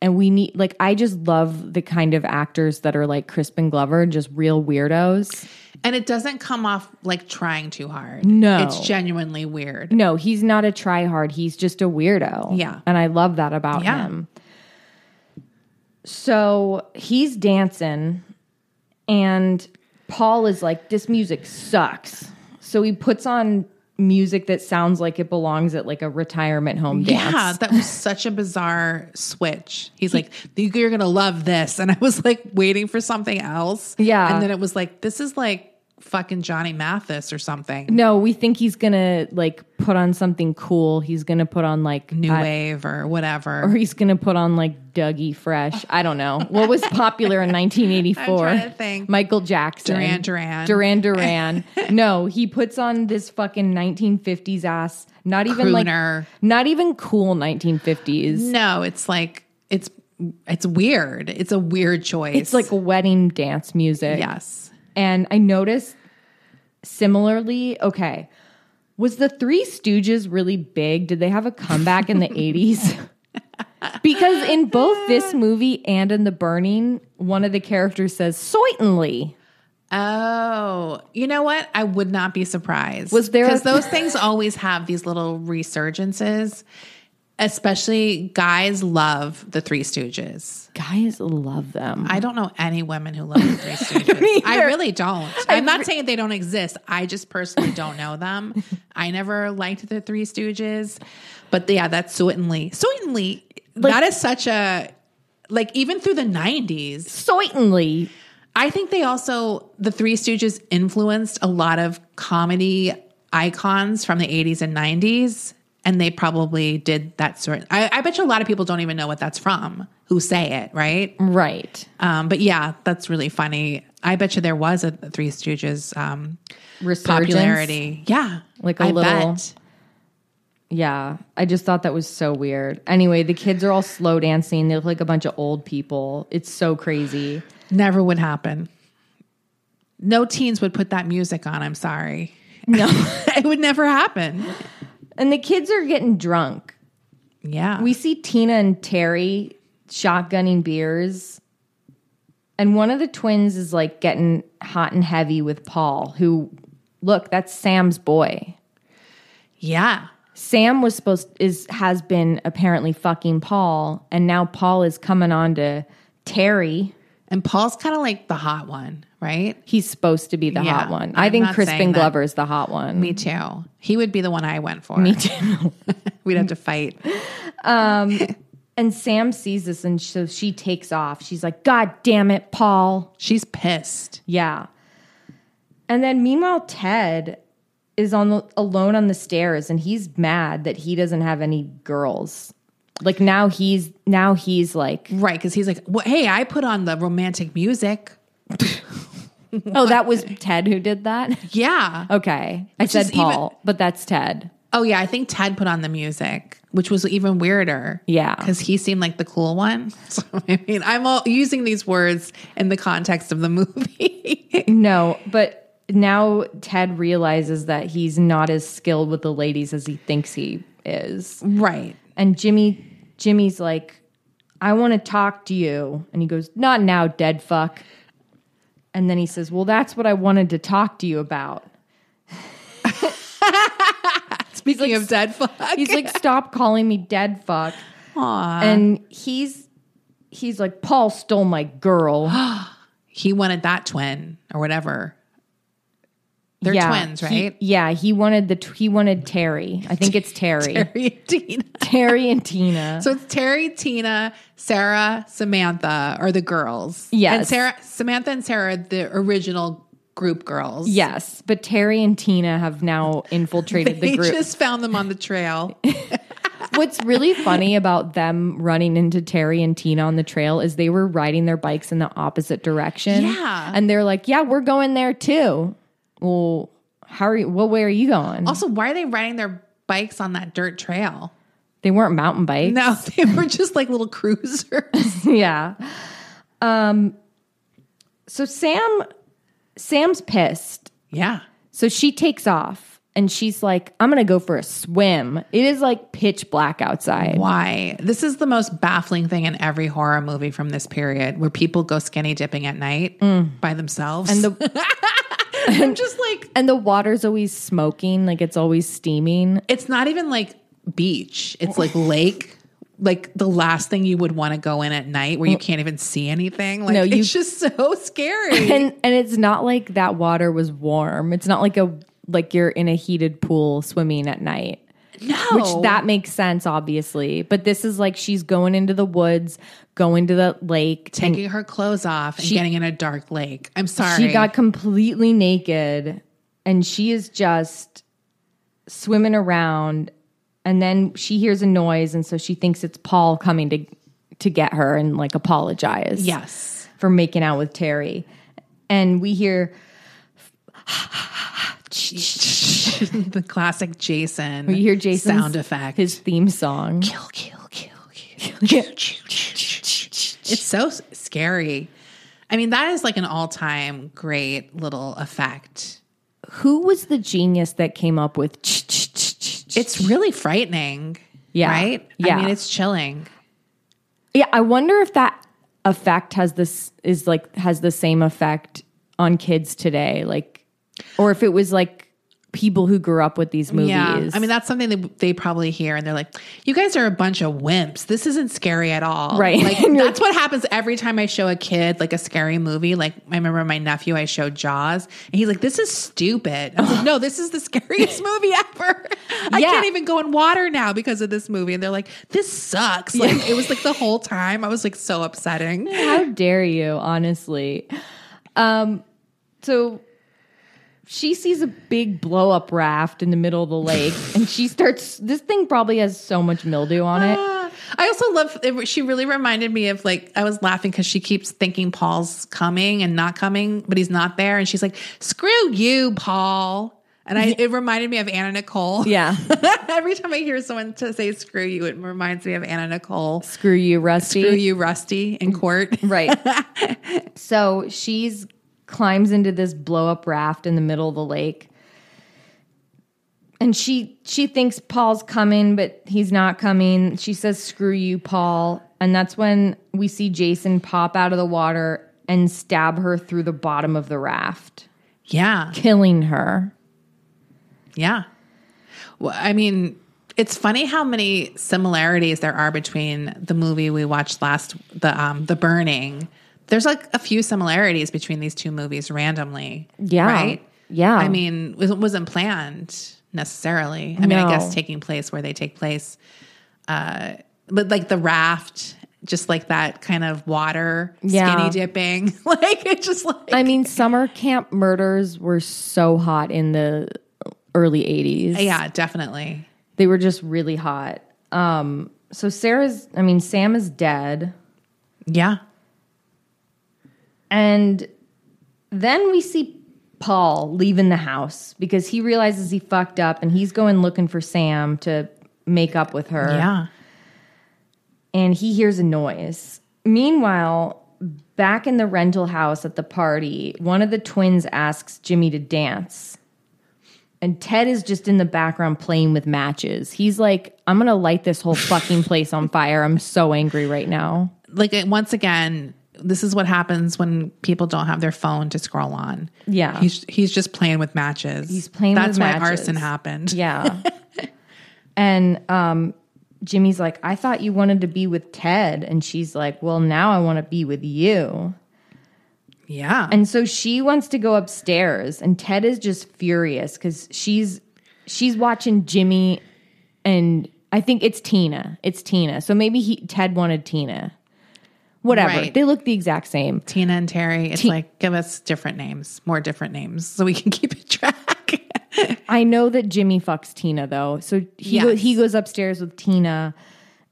Speaker 3: and we need like i just love the kind of actors that are like crispin glover just real weirdos
Speaker 4: and it doesn't come off like trying too hard.
Speaker 3: No.
Speaker 4: it's genuinely weird.
Speaker 3: no he's not a tryhard he's just a weirdo
Speaker 4: Yeah.
Speaker 3: and i love that about
Speaker 4: Yeah.
Speaker 3: him so he's dancing and paul is like this music sucks so he puts on music that sounds like it belongs at like a retirement home dance
Speaker 4: Yeah, that was such a bizarre switch. He's like, "You're gonna love this," and I was like waiting for something else.
Speaker 3: Yeah.
Speaker 4: and then it was like, "This is like fucking Johnny Mathis or something,
Speaker 3: No, we think he's gonna like put on something cool. He's gonna put on like
Speaker 4: new
Speaker 3: I-
Speaker 4: wave or
Speaker 3: or
Speaker 4: whatever."
Speaker 3: he's gonna put on like Dougie Fresh. I don't know what was popular in 1984.
Speaker 4: I'm trying to think.
Speaker 3: Michael Jackson,
Speaker 4: Duran Duran.
Speaker 3: Duran Duran. no, he puts on this fucking 1950s ass. Not even
Speaker 4: Crooner.
Speaker 3: like not even cool 1950s.
Speaker 4: No, it's like it's it's weird. It's a weird choice.
Speaker 3: It's like wedding dance music.
Speaker 4: yes,
Speaker 3: And I noticed similarly, okay, was the Three Stooges really big? Did they have a comeback in the 80s? Because in both this movie and in The Burning, one of the characters says, certainly.
Speaker 4: Oh, you know what? I would not be surprised.
Speaker 3: Was there a-
Speaker 4: because those things always have these little resurgences. Especially guys love the Three Stooges.
Speaker 3: Guys love them.
Speaker 4: I don't know any women who love the Three Stooges. I really don't. I'm not saying they don't exist. I just personally don't know them. I never liked the Three Stooges, but yeah, that's certainly certainly that is such a like even through the 90s.
Speaker 3: certainly.
Speaker 4: I think they also the Three Stooges influenced a lot of comedy icons from the 80s and 90s. And they probably did that sort. I, I bet you a lot of people don't even know what that's from. Who say it, right?
Speaker 3: Right.
Speaker 4: Um, but yeah, that's really funny. I bet you there was a Three Stooges um,
Speaker 3: Resurgence.
Speaker 4: popularity. Yeah,
Speaker 3: Like a
Speaker 4: I
Speaker 3: little- Yeah, I just thought that was so weird. Anyway, the kids are all slow dancing. They look like a bunch of old people. It's so crazy.
Speaker 4: Never would happen. No teens would put that music on. I'm sorry.
Speaker 3: No.
Speaker 4: it would never happen.
Speaker 3: And the kids are getting drunk.
Speaker 4: Yeah.
Speaker 3: We see Tina and Terry shotgunning beers. And one of the twins is like getting hot and heavy with Paul, who, look, that's Sam's boy.
Speaker 4: yeah.
Speaker 3: Sam was supposed is has been apparently fucking Paul, and now Paul is coming on to Terry.
Speaker 4: And Paul's kind of like the hot one, right?
Speaker 3: He's supposed to be the
Speaker 4: Yeah,
Speaker 3: hot one. I
Speaker 4: I'm
Speaker 3: think
Speaker 4: not
Speaker 3: Crispin
Speaker 4: saying that.
Speaker 3: Glover is the hot one.
Speaker 4: Me too. He would be the one I went for. Me too. We'd have to fight.
Speaker 3: And Sam sees this, and so she takes off. She's like, "God damn it, Paul!"
Speaker 4: She's pissed.
Speaker 3: Yeah. And then meanwhile, Ted is on the, alone on the stairs and he's mad that he doesn't have any girls. Like now he's now he's like,
Speaker 4: Right. Cause he's like, well, hey, I put on the romantic music.
Speaker 3: "Oh, that was Ted who did that?"
Speaker 4: Yeah.
Speaker 3: Okay. I
Speaker 4: Which
Speaker 3: said
Speaker 4: is even-
Speaker 3: Paul, but that's Ted.
Speaker 4: Oh, yeah. I think Ted put on the music, which was even weirder.
Speaker 3: Yeah.
Speaker 4: Cause he seemed like the cool one. So, I mean, I'm all using these words in the context of the movie.
Speaker 3: No, but now Ted realizes that he's not as skilled with the ladies as he thinks he is.
Speaker 4: right.
Speaker 3: And Jimmy Jimmy's like, I want to talk to you. And he goes, Not now, dead fuck. And then he says, Well, that's what I wanted to talk to you about.
Speaker 4: Speaking of dead fuck.
Speaker 3: He's like, Stop calling me dead fuck. And he's he's like, Paul stole my girl.
Speaker 4: he wanted that twin or whatever. They're
Speaker 3: Yeah,
Speaker 4: twins,
Speaker 3: he-
Speaker 4: right?
Speaker 3: yeah, he wanted the t- he wanted Terry. I think it's Terry. Terry.
Speaker 4: Terry and Tina.
Speaker 3: and Tina.
Speaker 4: So it's Terry, Tina, Sarah, Samantha are the girls.
Speaker 3: Yes.
Speaker 4: And Sarah, Samantha and Sarah are the original group girls.
Speaker 3: yes, but Terry and Tina have now infiltrated
Speaker 4: They
Speaker 3: the group.
Speaker 4: just found them on the trail.
Speaker 3: What's really funny about them running into Terry and Tina on the trail is they were riding their bikes in the opposite direction.
Speaker 4: Yeah.
Speaker 3: And they're like, yeah, we're going there too. Well, how are you? Well, where are you going?
Speaker 4: also, why are they riding their bikes on that dirt trail?
Speaker 3: they weren't mountain bikes.
Speaker 4: No, they were just like little cruisers.
Speaker 3: yeah. Um, so Sam, Sam's pissed.
Speaker 4: yeah.
Speaker 3: So she takes off and she's like, I'm going to go for a swim. It is like pitch black outside.
Speaker 4: Why? This is the most baffling thing in every horror movie from this period where people go skinny dipping at night by themselves. And
Speaker 3: Mm. the-
Speaker 4: I'm just like,
Speaker 3: And the water's always smoking, like it's always steaming.
Speaker 4: it's not even like beach, it's like lake. Like the last thing you would want to go in at night where you can't even see anything. Like
Speaker 3: Mm. No, you-
Speaker 4: it's just so scary.
Speaker 3: and and it's not like that water was warm. It's not like a like you're in a heated pool swimming at night.
Speaker 4: no.
Speaker 3: Which that makes sense obviously, but this is like she's going into the woods, going to the lake.
Speaker 4: taking her clothes off and getting in a dark lake. I'm sorry.
Speaker 3: She got completely naked and she is just swimming around and then she hears a noise and so she thinks it's Paul coming to to get her and like apologize.
Speaker 4: yes.
Speaker 3: for making out with Terry. And we hear
Speaker 4: the classic Jason.
Speaker 3: you hear Jason's
Speaker 4: sound effect.
Speaker 3: his theme song.
Speaker 4: kill, kill, kill, kill. it's so s- scary. I mean, that is like an all time great little effect.
Speaker 3: Who was the genius that came up with? ch- ch- ch- ch- ch-
Speaker 4: It's really frightening.
Speaker 3: Yeah.
Speaker 4: Right?
Speaker 3: Yeah.
Speaker 4: I mean, it's chilling.
Speaker 3: Yeah, I wonder if that effect has this is like has the same effect on kids today, like, or if it was like people who grew up with these movies.
Speaker 4: Yeah. I mean, that's something that they probably hear and they're like, you guys are a bunch of wimps. This isn't scary at all.
Speaker 3: Right.
Speaker 4: Like,
Speaker 3: And you're
Speaker 4: that's what happens every time I show a kid like a scary movie. Like, I remember my nephew, I showed Jaws and he's like, this is stupid. I was like, no, this is the scariest movie ever. I
Speaker 3: Yeah.
Speaker 4: can't even go in water now because of this movie. And they're like, this sucks. Like, it was like the whole time. I was like, so upsetting.
Speaker 3: How dare you, honestly? Um, so she sees a big blow up raft in the middle of the lake, and she starts. This thing probably has so much mildew on it.
Speaker 4: I also love. It, she really reminded me of like I was laughing because she keeps thinking Paul's coming and not coming, but he's not there, and she's like, "Screw you, Paul." And I, it reminded me of Anna Nicole.
Speaker 3: Yeah.
Speaker 4: Every time I hear someone to say "screw you," it reminds me of Anna Nicole.
Speaker 3: Screw you, Rusty. Mm-hmm.
Speaker 4: Screw you, Rusty, in court.
Speaker 3: Right. so she's climbs into this blow up raft in the middle of the lake. And she she thinks Paul's coming, but he's not coming. She says, "Screw you, Paul." And that's when we see Jason pop out of the water and stab her through the bottom of the raft,
Speaker 4: Yeah,
Speaker 3: killing her.
Speaker 4: yeah. Well, I mean, it's funny how many similarities there are between the movie we watched last, the um, the Burning. There's like a few similarities between these two movies randomly.
Speaker 3: Yeah.
Speaker 4: Right.
Speaker 3: Yeah.
Speaker 4: I mean, it wasn't planned necessarily. I mean, I
Speaker 3: No.
Speaker 4: guess taking place where they take place, uh, but like the raft, just like that kind of water
Speaker 3: Yeah.
Speaker 4: skinny dipping, like it just like
Speaker 3: I mean, summer camp murders were so hot in the early 80s.
Speaker 4: yeah, definitely.
Speaker 3: They were just really hot. Um, so Sarah's, I mean, Sam is dead.
Speaker 4: Yeah.
Speaker 3: And then we see Paul leaving the house because he realizes he fucked up and he's going looking for Sam to make up with her.
Speaker 4: Yeah.
Speaker 3: and he hears a noise. Meanwhile, back in the rental house at the party, one of the twins asks Jimmy to dance. And Ted is just in the background playing with matches. He's like, I'm going to light this whole fucking place on fire. I'm so angry right now.
Speaker 4: Like it, once again, this is what happens when people don't have their phone to scroll on.
Speaker 3: Yeah.
Speaker 4: He's he's just playing with matches.
Speaker 3: He's playing with
Speaker 4: That's why
Speaker 3: matches.
Speaker 4: arson happened.
Speaker 3: Yeah. and um, Jimmy's like, I thought you wanted to be with Ted. And she's like, Well, now I want to be with you.
Speaker 4: Yeah.
Speaker 3: And so she wants to go upstairs, and Ted is just furious because she's she's watching Jimmy, and I think it's Tina. It's Tina. So maybe he Ted wanted Tina. Whatever.
Speaker 4: Right.
Speaker 3: They look the exact same.
Speaker 4: Tina and Terry. It's like give us different names, more different names, so we can keep it track.
Speaker 3: I know that Jimmy fucks Tina though. So he go,
Speaker 4: Yes.
Speaker 3: he goes upstairs with Tina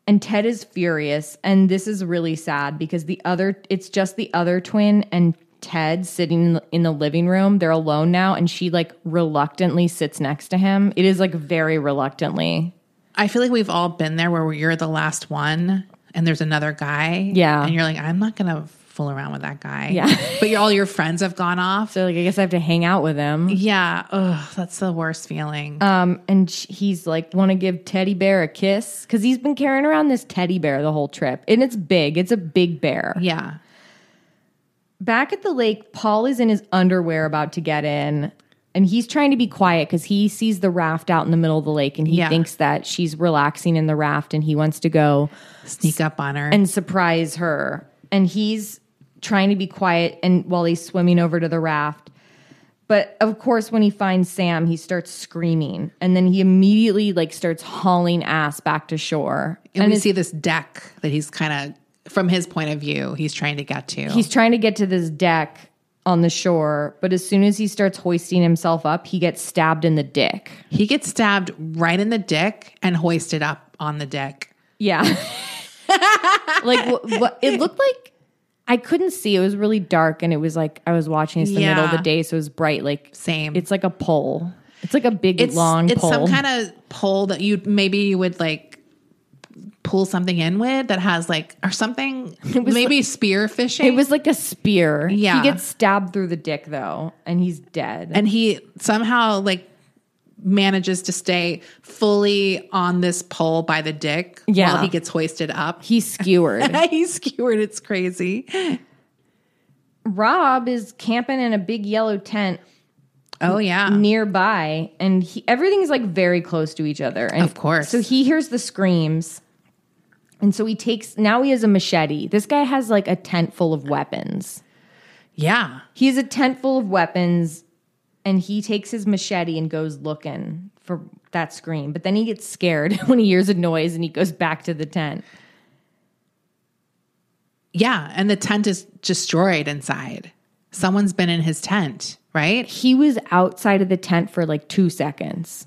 Speaker 3: and Ted is furious and this is really sad because the other it's just the other twin and Ted sitting in the, in the living room. They're alone now and she like reluctantly sits next to him. It is like very reluctantly.
Speaker 4: I feel like we've all been there where you're the last one, and there's another guy.
Speaker 3: Yeah.
Speaker 4: and you're like, I'm not gonna fool around with that guy.
Speaker 3: Yeah.
Speaker 4: but you're, all your friends have gone off.
Speaker 3: So like I guess I have to hang out with him.
Speaker 4: yeah, ugh, that's the worst feeling.
Speaker 3: Um and sh he's like want to give teddy bear a kiss cuz he's been carrying around this teddy bear the whole trip. And it's big. It's a big bear.
Speaker 4: yeah,
Speaker 3: Back at the lake, Paul is in his underwear about to get in, and he's trying to be quiet because he sees the raft out in the middle of the lake and he
Speaker 4: Yeah.
Speaker 3: thinks that she's relaxing in the raft and he wants to go
Speaker 4: sneak up on her.
Speaker 3: and surprise her. And he's trying to be quiet and while he's swimming over to the raft. But of course, when he finds Sam, he starts screaming and then he immediately like starts hauling ass back to shore.
Speaker 4: and we see this deck that he's kind of from his point of view he's trying to get to
Speaker 3: He's trying to get to this deck on the shore, but as soon as he starts hoisting himself up, he gets stabbed in the dick.
Speaker 4: he gets stabbed right in the dick and hoisted up on the deck
Speaker 3: Yeah. like wh- what it looked like I couldn't see. It was really dark and it was like I was watching it's the middle of the
Speaker 4: Yeah.
Speaker 3: day so it was bright like
Speaker 4: Same.
Speaker 3: It's like a pole. It's like a big
Speaker 4: it's
Speaker 3: long
Speaker 4: it's
Speaker 3: pole.
Speaker 4: some kind of pole that you maybe you would like pull something in with that has like or something maybe spear fishing
Speaker 3: it was like a spear.
Speaker 4: Yeah.
Speaker 3: He gets stabbed through the dick though and he's dead.
Speaker 4: and he somehow like manages to stay fully on this pole by the dick
Speaker 3: Yeah.
Speaker 4: while he gets hoisted up
Speaker 3: he's skewered.
Speaker 4: he's skewered it's crazy
Speaker 3: Rob is camping in a big yellow tent
Speaker 4: oh yeah
Speaker 3: nearby and he, everything's like very close to each other and
Speaker 4: Of course.
Speaker 3: so he hears the screams and so he takes now he has a machete this guy has like a tent full of weapons
Speaker 4: yeah
Speaker 3: he has a tent full of weapons and he takes his machete and goes looking for that scream but then he gets scared when he hears a noise and he goes back to the tent
Speaker 4: Yeah, and the tent is destroyed inside. Someone's been in his tent, right?
Speaker 3: he was outside of the tent for like two seconds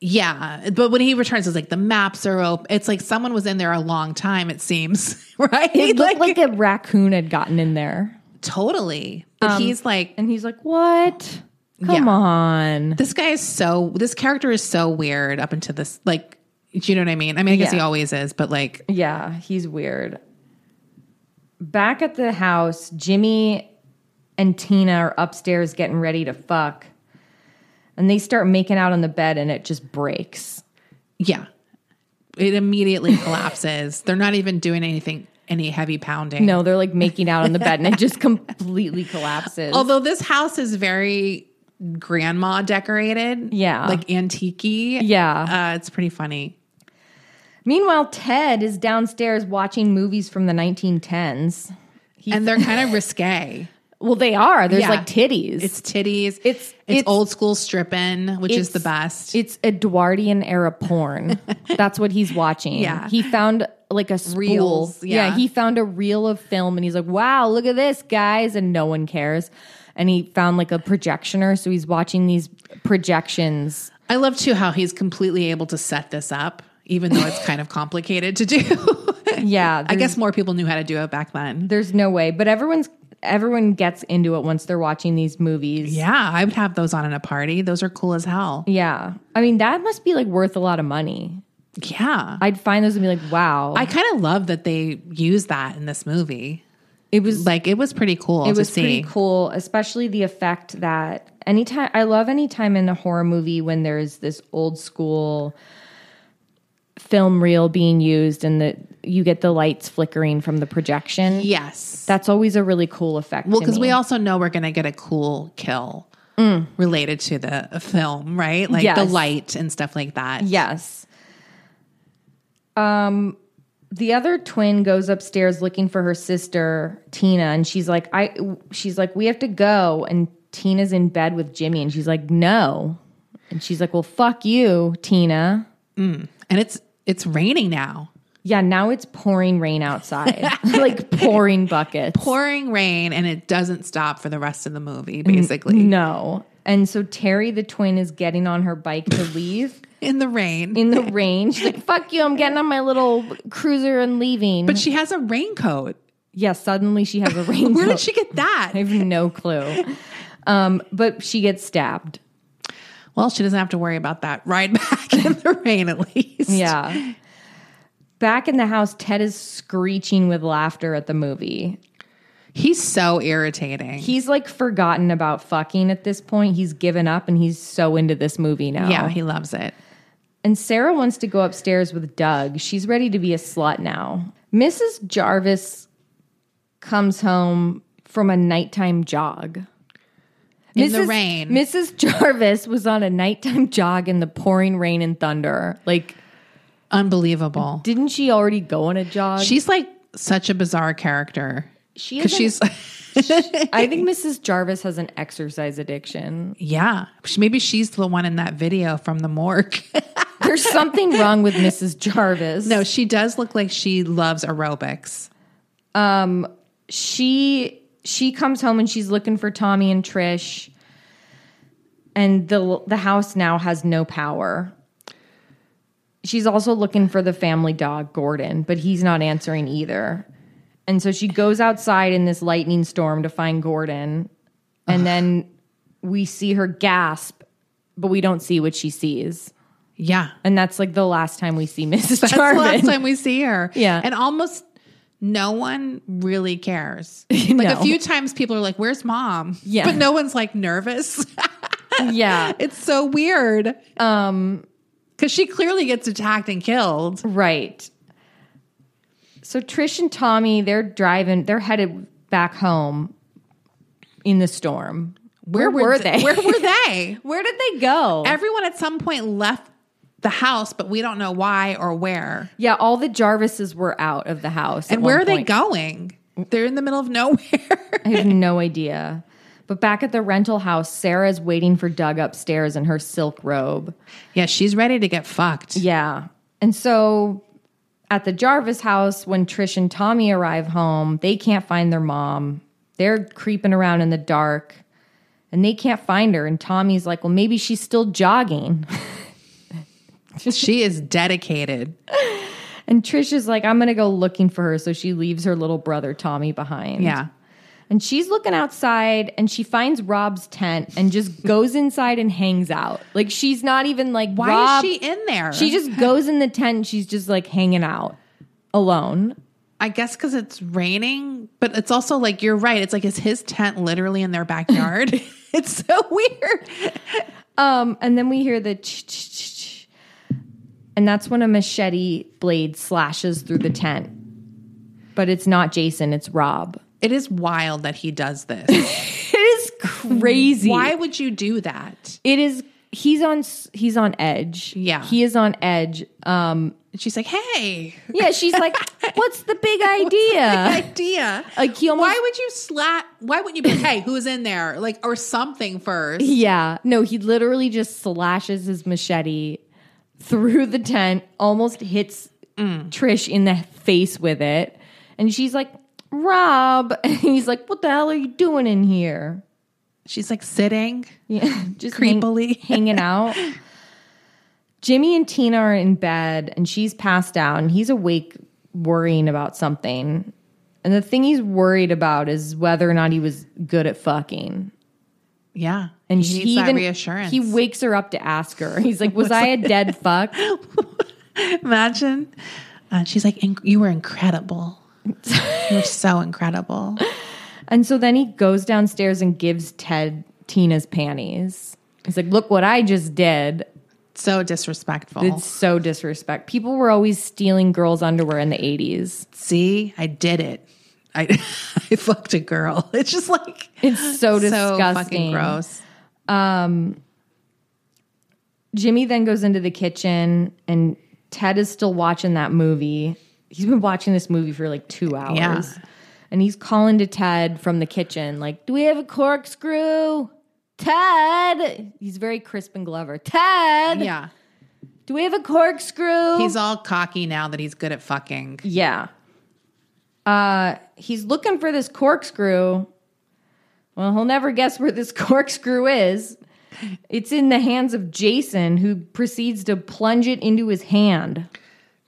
Speaker 4: Yeah, but when he returns, it's like the maps are open. It's like someone was in there a long time. It seems, right?
Speaker 3: it looked like, a raccoon had gotten in there Um,
Speaker 4: totally. But he's like,
Speaker 3: and he's like what Come
Speaker 4: Yeah.
Speaker 3: on.
Speaker 4: This guy is so this character is so weird up until this like do you know what I mean? I mean I guess
Speaker 3: Yeah.
Speaker 4: he always is, but like
Speaker 3: Yeah, he's weird. Back at the house, Jimmy and Tina are upstairs getting ready to fuck. And they start making out on the bed and it just breaks.
Speaker 4: yeah. It immediately collapses. They're not even doing anything any heavy pounding.
Speaker 3: No, they're like making out on the bed and it just completely collapses.
Speaker 4: Although this house is very grandma decorated.
Speaker 3: Yeah.
Speaker 4: Like antique
Speaker 3: Yeah.
Speaker 4: Uh, it's pretty funny.
Speaker 3: Meanwhile, Ted is downstairs watching movies from the 1910s.
Speaker 4: and they're kind of risque.
Speaker 3: Well, they are. There's
Speaker 4: Yeah.
Speaker 3: like titties.
Speaker 4: It's titties.
Speaker 3: It's-
Speaker 4: It's
Speaker 3: it's-
Speaker 4: old school stripping, which is the best.
Speaker 3: It's Edwardian era porn. That's what he's watching.
Speaker 4: Yeah.
Speaker 3: He found like a spool.
Speaker 4: Reels,
Speaker 3: Yeah.
Speaker 4: yeah.
Speaker 3: He found a reel of film and he's like, wow, look at this, guys. And no one cares. And he found like a projectioner. So he's watching these projections.
Speaker 4: I love too how he's completely able to set this up, even though it's kind of complicated to do.
Speaker 3: Yeah.
Speaker 4: I
Speaker 3: there's-
Speaker 4: guess more people knew how to do it back then.
Speaker 3: there's no way. But everyone's everyone gets into it once they're watching these movies.
Speaker 4: Yeah, I would have those on in a party. Those are cool as hell.
Speaker 3: Yeah. I mean, that must be like worth a lot of money.
Speaker 4: Yeah.
Speaker 3: I'd find those and be like, wow.
Speaker 4: I kind of love that they use that in this movie.
Speaker 3: it was
Speaker 4: Like it was pretty cool
Speaker 3: it
Speaker 4: to
Speaker 3: was
Speaker 4: see.
Speaker 3: pretty cool especially the effect that anytime i love anytime in a horror movie when there's this old school film reel being used and the you get the lights flickering from the projection
Speaker 4: Yes.
Speaker 3: that's always a really cool effect
Speaker 4: well,
Speaker 3: to
Speaker 4: because
Speaker 3: me. Mm.
Speaker 4: we also know we're going to get a cool kill related to the uh, film, right? Like the
Speaker 3: Yes.
Speaker 4: light and stuff like that.
Speaker 3: yes um the other twin goes upstairs looking for her sister tina and she's like i she's like we have to go and tina's in bed with jimmy and she's like no and she's like well fuck you tina
Speaker 4: And it's it's raining now.
Speaker 3: Yeah, now it's pouring rain outside, like pouring buckets.
Speaker 4: Pouring rain and it doesn't stop for the rest of the movie basically.
Speaker 3: no. And so Terry, the twin, is getting on her bike to leave
Speaker 4: In the rain.
Speaker 3: in the rain. She's like, fuck you, I'm getting on my little cruiser and leaving.
Speaker 4: But she has a raincoat.
Speaker 3: yeah, suddenly she has a raincoat.
Speaker 4: Where did she get
Speaker 3: I
Speaker 4: that?
Speaker 3: have no clue. Um, but she gets stabbed.
Speaker 4: Well, she doesn't have to worry about that ride back in the rain at least.
Speaker 3: Yeah. Back in the house, Ted is screeching with laughter at the movie.
Speaker 4: He's so irritating.
Speaker 3: He's like forgotten about fucking at this point. He's given up and he's so into this movie now.
Speaker 4: yeah, he loves it.
Speaker 3: And Sarah wants to go upstairs with Doug. She's ready to be a slut now. Mrs. Jarvis comes home from a nighttime jog.
Speaker 4: In the
Speaker 3: Mrs.
Speaker 4: rain.
Speaker 3: Mrs. Jarvis was on a nighttime jog in the pouring rain and thunder. Like,
Speaker 4: Unbelievable.
Speaker 3: didn't she already go on a jog?
Speaker 4: She's like such a bizarre character.
Speaker 3: She
Speaker 4: 'Cause she's
Speaker 3: isn't- I think Mrs. Jarvis has an exercise addiction.
Speaker 4: yeah. She- Maybe she's the one in that video from the morgue.
Speaker 3: There's something wrong with Mrs. Jarvis.
Speaker 4: no, she does look like she loves aerobics.
Speaker 3: she she comes home and she's looking for Tommy and Trish, and the the house now has no power. She's also looking for the family dog Gordon, but he's not answering either. And so she goes outside in this lightning storm to find Gordon, and then we see her gasp, but we don't see what she sees.
Speaker 4: Yeah.
Speaker 3: And that's like the last time we see Mrs.
Speaker 4: That's
Speaker 3: Jarvis.
Speaker 4: the last time we see her.
Speaker 3: Yeah.
Speaker 4: And almost no one really cares. Like
Speaker 3: No.
Speaker 4: a few times people are like, Where's mom?
Speaker 3: Yeah.
Speaker 4: But no one's like nervous.
Speaker 3: yeah.
Speaker 4: it's so weird. Um because she clearly gets attacked and killed.
Speaker 3: Right. So Trish and Tommy, they're driving, they're headed back home in the storm. Where, were
Speaker 4: th-
Speaker 3: they?
Speaker 4: Where were they?
Speaker 3: Where did they go?
Speaker 4: Everyone at some point left the house, but we don't know why or where.
Speaker 3: yeah, all the Jarvises were out of the house.
Speaker 4: And
Speaker 3: at
Speaker 4: where
Speaker 3: one
Speaker 4: are they
Speaker 3: point.
Speaker 4: going? They're in the middle of nowhere.
Speaker 3: I have no idea. But back at the rental house, Sarah's waiting for Doug upstairs in her silk robe.
Speaker 4: yeah, she's ready to get fucked.
Speaker 3: Yeah. And so at the Jarvis house, when Trish and Tommy arrive home, they can't find their mom. They're creeping around in the dark and they can't find her. And Tommy's like, well, maybe she's still jogging.
Speaker 4: she is dedicated.
Speaker 3: And Trish is like, I'm going to go looking for her. So she leaves her little brother, Tommy, behind.
Speaker 4: Yeah.
Speaker 3: And she's looking outside and she finds Rob's tent and just goes inside and hangs out. Like she's not even like
Speaker 4: Why
Speaker 3: "Rob,"
Speaker 4: is she in there?
Speaker 3: She just goes in the tent. and She's just like hanging out alone.
Speaker 4: I guess because it's raining, but it's also like you're right. It's like is his tent literally in their backyard? it's so weird.
Speaker 3: Um, and then we hear the ch ch ch ch, and that's when a machete blade slashes through the tent. But it's not Jason, it's Rob.
Speaker 4: It is wild that he does this.
Speaker 3: It is crazy.
Speaker 4: Why would you do that?
Speaker 3: It is he's on s- he's on edge.
Speaker 4: Yeah.
Speaker 3: He is on edge. Um
Speaker 4: And she's like, "Hey,
Speaker 3: yeah, she's like, "What's the big
Speaker 4: Uh,
Speaker 3: idea?"
Speaker 4: idea."
Speaker 3: Like, he almost-
Speaker 4: why would you slap? Why wouldn't you be? like, Hey, who's in there? Like or something first.
Speaker 3: Yeah. No, he literally just slashes his machete through the tent, almost hits Trish in the face with it. And she's like, Rob. And he's like, What the hell are you doing in here?
Speaker 4: She's like sitting.
Speaker 3: Yeah. Just hang-
Speaker 4: Creepily.
Speaker 3: hanging out. Jimmy and Tina are in bed and she's passed out and he's awake worrying about something. And the thing he's worried about is whether or not he was good at fucking.
Speaker 4: Yeah,
Speaker 3: And
Speaker 4: he
Speaker 3: she
Speaker 4: needs that
Speaker 3: even-
Speaker 4: reassurance.
Speaker 3: He wakes her up to ask her. He's like, "Was I a dead fuck?"
Speaker 4: Imagine. Uh, she's like, "Inc- "You were incredible. you were so incredible."
Speaker 3: And so then he goes downstairs and gives Ted Tina's panties. He's like, "Look what I just did."
Speaker 4: So disrespectful.
Speaker 3: It's so disrespect. People were always stealing girls' underwear in the '80s.
Speaker 4: See, I did it. I I fucked a girl. It's just like
Speaker 3: It's so
Speaker 4: so
Speaker 3: disgusting.
Speaker 4: fucking gross.
Speaker 3: Jimmy then goes into the kitchen, and Ted is still watching that movie. He's been watching this movie for like two hours.
Speaker 4: Yeah.
Speaker 3: And he's calling to Ted from the kitchen, like, Do we have a corkscrew? Ted. He's very crisp and Glover. Ted.
Speaker 4: Yeah,
Speaker 3: Do we have a corkscrew?
Speaker 4: he's all cocky now that he's good at fucking.
Speaker 3: yeah. Uh, he's looking for this corkscrew. Well, he'll never guess where this corkscrew is. It's in the hands of Jason, who proceeds to plunge it into his hand.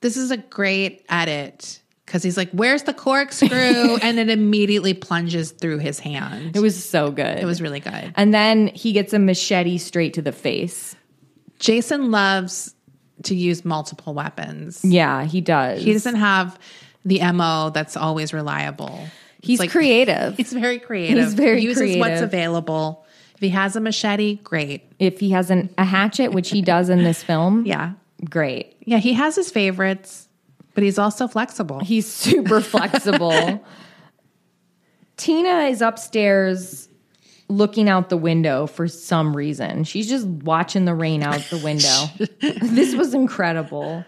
Speaker 4: This is a great edit because he's like, "Where's the corkscrew?" and it immediately plunges through his hand.
Speaker 3: It was so good.
Speaker 4: It was really good.
Speaker 3: And then he gets a machete straight to the face.
Speaker 4: Jason loves to use multiple weapons.
Speaker 3: Yeah, he does.
Speaker 4: He doesn't have the mo that's always reliable.
Speaker 3: he's
Speaker 4: like-
Speaker 3: creative.
Speaker 4: He's very creative.
Speaker 3: He's very
Speaker 4: he uses what's
Speaker 3: creative.
Speaker 4: available. If he has a machete, great.
Speaker 3: if he has an, a hatchet, which he does in this film,
Speaker 4: Yeah.
Speaker 3: great.
Speaker 4: Yeah, he has his favorites, but he's also flexible.
Speaker 3: He's super flexible. Tina is upstairs looking out the window for some reason. She's just watching the rain out the window. this was incredible.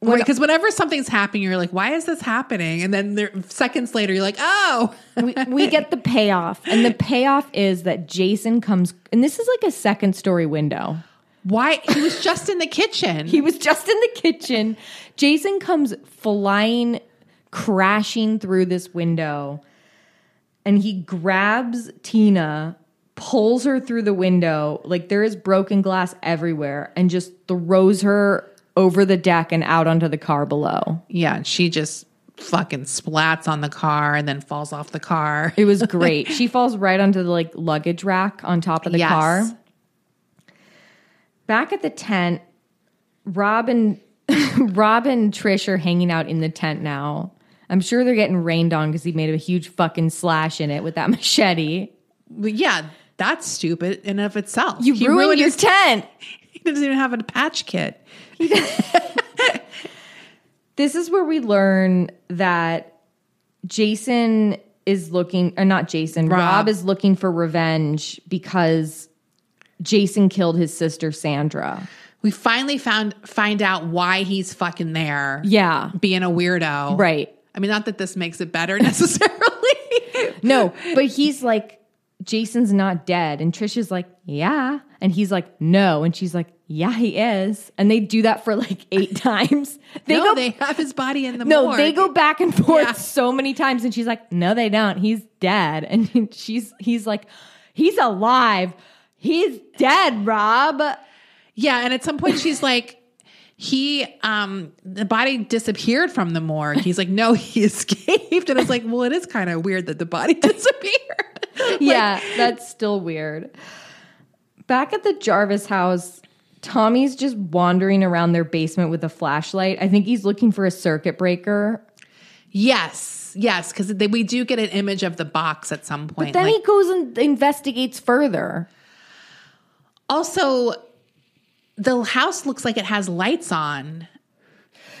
Speaker 4: Because whenever something's happening, you're like, why is this happening? And then there, seconds later, you're like, oh,
Speaker 3: we, we get the payoff, and the payoff is that Jason comes, and this is like a second story window.
Speaker 4: why? He was just in the kitchen.
Speaker 3: He was just in the kitchen. Jason comes flying, crashing through this window, and he grabs Tina, pulls her through the window. Like there is broken glass everywhere, and just throws her over the deck and out onto the car below.
Speaker 4: yeah, and she just fucking splats on the car and then falls off the car.
Speaker 3: It was great. she falls right onto the like luggage rack on top of the
Speaker 4: Yes.
Speaker 3: car. Back at the tent, Rob and Rob and Trish are hanging out in the tent now. I'm sure they're getting rained on because he made a huge fucking slash in it with that machete.
Speaker 4: But yeah, that's stupid in of itself.
Speaker 3: You
Speaker 4: He
Speaker 3: ruined, your
Speaker 4: his-
Speaker 3: tent.
Speaker 4: He doesn't even have a patch kit.
Speaker 3: This is where we learn that Jason is looking, or not Jason, Rob,
Speaker 4: Rob.
Speaker 3: is looking for revenge because Jason killed his sister Sandra.
Speaker 4: We finally found find out why he's fucking there.
Speaker 3: Yeah.
Speaker 4: being a weirdo.
Speaker 3: Right.
Speaker 4: I mean, not that this makes it better necessarily.
Speaker 3: No, but he's like, Jason's not dead. And Trish is like, yeah. And he's like, no. And she's like, yeah, he is. And they do that for like eight times. They
Speaker 4: no,
Speaker 3: go,
Speaker 4: they have his body in the
Speaker 3: no,
Speaker 4: morgue.
Speaker 3: they go back and forth
Speaker 4: Yeah.
Speaker 3: so many times. And she's like, no, they don't. He's dead. And she's, he's like, he's alive. He's dead, Rob.
Speaker 4: Yeah, and at some point she's like, he um the body disappeared from the morgue. He's like, no, he escaped. And it's like, well, it is kind of weird that the body disappeared. Like,
Speaker 3: yeah, that's still weird. Back at the Jarvis house, Tommy's just wandering around their basement with a flashlight. I think he's looking for a circuit breaker.
Speaker 4: yes, yes, because we do get an image of the box at some point.
Speaker 3: Then
Speaker 4: like-
Speaker 3: he goes and investigates further.
Speaker 4: also, the house looks like it has lights on.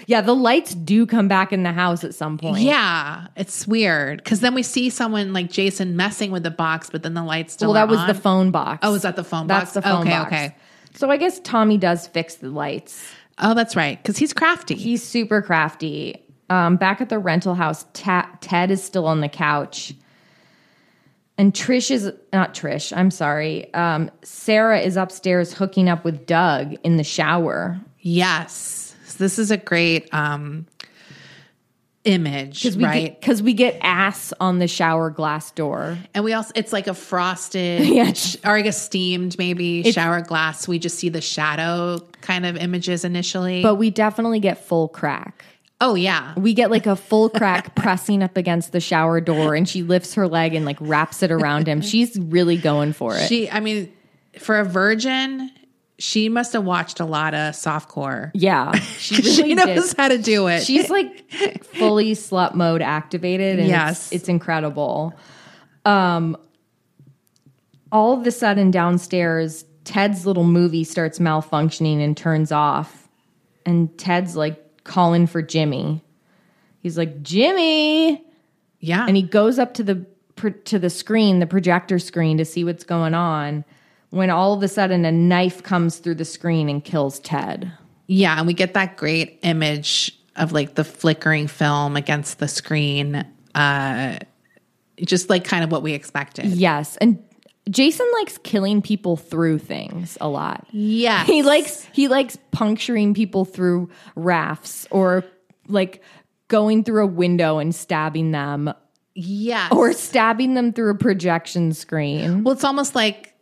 Speaker 3: Yeah, the lights do come back in the house at some point.
Speaker 4: Yeah, it's weird because then we see someone like Jason messing with the box, but then the lights still.
Speaker 3: Well, that
Speaker 4: are
Speaker 3: was
Speaker 4: on.
Speaker 3: the phone box.
Speaker 4: Oh, is that the phone
Speaker 3: That's
Speaker 4: box?
Speaker 3: the phone
Speaker 4: Okay,
Speaker 3: box.
Speaker 4: okay.
Speaker 3: So I guess Tommy does fix the lights.
Speaker 4: Oh, that's right, because he's crafty.
Speaker 3: He's super crafty. Um, back at the rental house, Ta- Ted is still on the couch. And Trish is not Trish, I'm sorry. Um, Sarah is upstairs hooking up with Doug in the shower.
Speaker 4: yes, So this is a great um image,
Speaker 3: we
Speaker 4: right?
Speaker 3: Because we get ass on the shower glass door.
Speaker 4: and we also it's like a frosted,
Speaker 3: Yeah.
Speaker 4: sh- or like a steamed maybe shower glass. We just see the shadow kind of images initially.
Speaker 3: But we definitely get full crack.
Speaker 4: oh yeah,
Speaker 3: We get like a full crack pressing up against the shower door, and she lifts her leg and like wraps it around him. She's really going for it.
Speaker 4: she. I mean, for a virgin. She must have watched a lot of softcore.
Speaker 3: yeah. She, really
Speaker 4: she knows
Speaker 3: did.
Speaker 4: how to do it.
Speaker 3: She's like fully slut mode activated. And It's,
Speaker 4: Yes.
Speaker 3: it's incredible. Um, all of a sudden, downstairs, Ted's little movie starts malfunctioning and turns off. And Ted's like calling for Jimmy. He's like, Jimmy.
Speaker 4: yeah,
Speaker 3: And he goes up to the pro- to the screen, the projector screen, to see what's going on. When all of a sudden a knife comes through the screen and kills Ted.
Speaker 4: yeah, and we get that great image of like the flickering film against the screen, uh, just like kind of what we expected.
Speaker 3: Yes, and Jason likes killing people through things a lot.
Speaker 4: Yeah,
Speaker 3: He likes he likes puncturing people through rafts or like going through a window and stabbing them
Speaker 4: yes,
Speaker 3: or stabbing them through a projection screen.
Speaker 4: well, it's almost like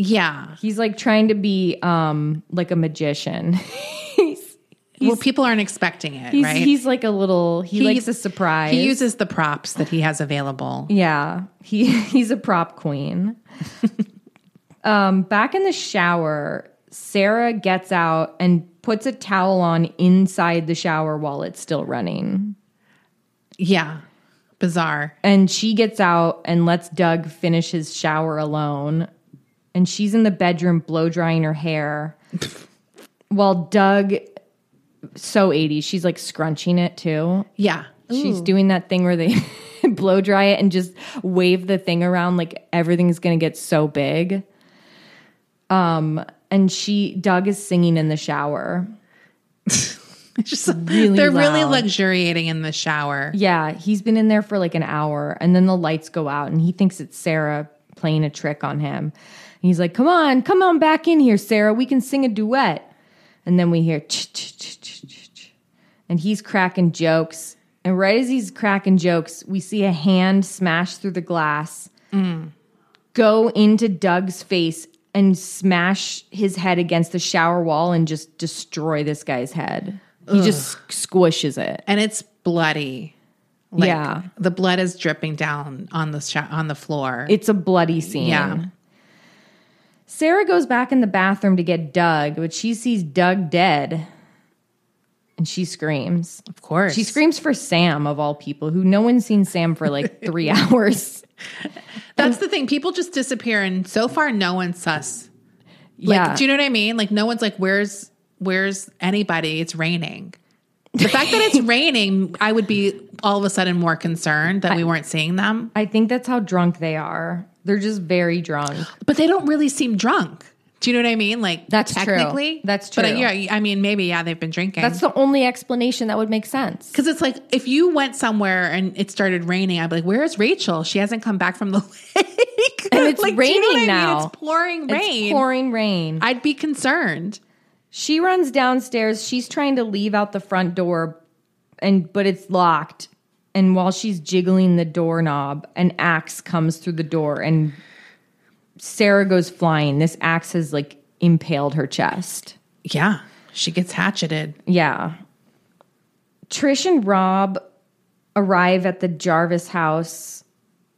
Speaker 4: yeah.
Speaker 3: He's like trying to be um like a magician. he's
Speaker 4: well, people aren't expecting it,
Speaker 3: he's,
Speaker 4: right?
Speaker 3: he's like a little he,
Speaker 4: He-
Speaker 3: likes a surprise.
Speaker 4: He uses the props that he has available.
Speaker 3: Yeah, he he's a prop queen. um, back in the shower, Sarah gets out and puts a towel on inside the shower while it's still running.
Speaker 4: Yeah, bizarre.
Speaker 3: And she gets out and lets Doug finish his shower alone. And she's in the bedroom blow drying her hair while Doug, so 80s, she's like scrunching it too.
Speaker 4: Yeah,
Speaker 3: She's doing that thing where they blow dry it and just wave the thing around like everything's going to get so big. Um and she Doug is singing in the shower.
Speaker 4: just they're really
Speaker 3: loud.
Speaker 4: luxuriating in the shower.
Speaker 3: Yeah, he's been in there for like an hour and then the lights go out and he thinks it's Sarah playing a trick on him. And he's like, "Come on, come on back in here, Sarah. We can sing a duet." And then we hear ch ch ch ch ch ch. and he's cracking jokes. And right as he's cracking jokes, we see a hand smash through the glass, go into Doug's face, and smash his head against the shower wall and just destroy this guy's head. He just squishes it.
Speaker 4: and it's bloody. Like,
Speaker 3: Yeah.
Speaker 4: the blood is dripping down on the sho on the floor.
Speaker 3: It's a bloody scene.
Speaker 4: yeah,
Speaker 3: Sarah goes back in the bathroom to get Doug, but she sees Doug dead and she screams.
Speaker 4: of course.
Speaker 3: She screams for Sam, of all people, who no one's seen Sam for like three hours.
Speaker 4: That's the thing. People just disappear, and so far, no one's sus. Like,
Speaker 3: Yeah.
Speaker 4: do you know what I mean? Like, no one's like, "Where's where's anybody?" It's raining. The fact that it's raining, I would be all of a sudden more concerned that we weren't seeing them.
Speaker 3: I think that's how drunk they are. They're just very drunk.
Speaker 4: But they don't really seem drunk. Do you know what I mean? Like,
Speaker 3: That's true.
Speaker 4: technically,
Speaker 3: That's
Speaker 4: But uh,
Speaker 3: true.
Speaker 4: yeah, I mean, maybe yeah, they've been drinking.
Speaker 3: That's the only explanation that would make sense.
Speaker 4: Because it's like if you went somewhere and it started raining, I'd be like, "Where is Rachel? She hasn't come back from the lake."
Speaker 3: And it's
Speaker 4: Like, do you
Speaker 3: raining
Speaker 4: know what I mean?
Speaker 3: now.
Speaker 4: It's pouring rain.
Speaker 3: It's pouring rain.
Speaker 4: I'd be concerned.
Speaker 3: She runs downstairs. She's trying to leave out the front door, and but it's locked. And while she's jiggling the doorknob, an axe comes through the door, and Sarah goes flying. This axe has like impaled her chest.
Speaker 4: Yeah, She gets hatcheted.
Speaker 3: Yeah. Trish and Rob arrive at the Jarvis house.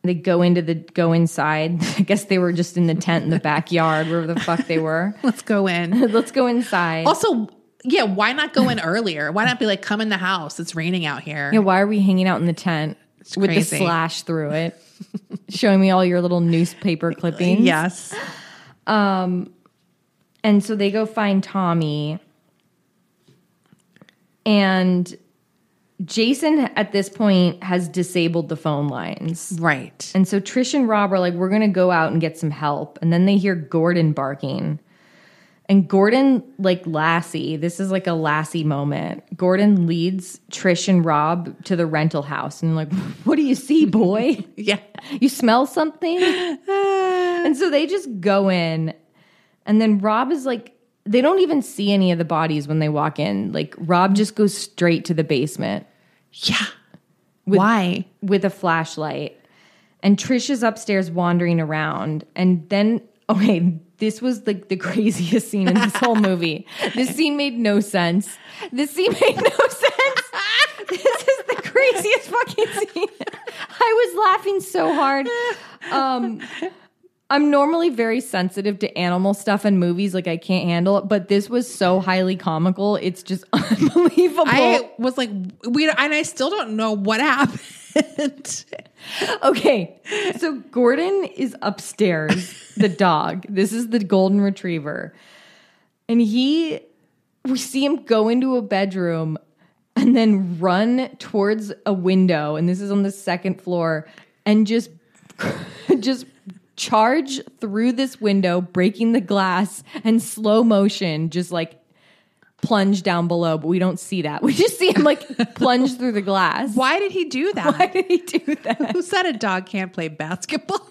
Speaker 3: They go into the go inside. I guess they were just in the tent in the backyard, wherever the fuck they were.
Speaker 4: Let's go in.
Speaker 3: Let's go inside.
Speaker 4: also, yeah, why not go in earlier? Why not be like, come in the house? It's raining out here.
Speaker 3: Yeah, why are we hanging out in the tent with
Speaker 4: crazy.
Speaker 3: the slash through it? showing me all your little newspaper clippings.
Speaker 4: Yes.
Speaker 3: And so they go find Tommy. And Jason at this point has disabled the phone lines.
Speaker 4: Right.
Speaker 3: And so Trish and Rob are like, we're going to go out and get some help. And then they hear Gordon barking. And Gordon, like Lassie, this is like a Lassie moment. Gordon leads Trish and Rob to the rental house and, like, what do you see, boy?
Speaker 4: Yeah.
Speaker 3: you smell something? and so they just go in. And then Rob is like, they don't even see any of the bodies when they walk in. Like, Rob just goes straight to the basement
Speaker 4: Yeah. why?
Speaker 3: with a flashlight. And Trish is upstairs wandering around. And then, okay, this was like the craziest scene in this whole movie. This scene made no sense. This scene made no sense. This is the craziest fucking scene. I was laughing so hard. Um, I'm normally very sensitive to animal stuff and movies, like I can't handle it, but this was so highly comical. It's just unbelievable.
Speaker 4: I was like, we, and I still don't know what happened.
Speaker 3: Okay. So Gordon is upstairs, the dog. This is the golden retriever. And he we see him go into a bedroom and then run towards a window and this is on the second floor and just just charge through this window breaking the glass and slow motion just like plunge down below but we don't see that we just see him like plunge through the glass
Speaker 4: why did he do that?
Speaker 3: why did he do that
Speaker 4: Who said a dog can't play basketball?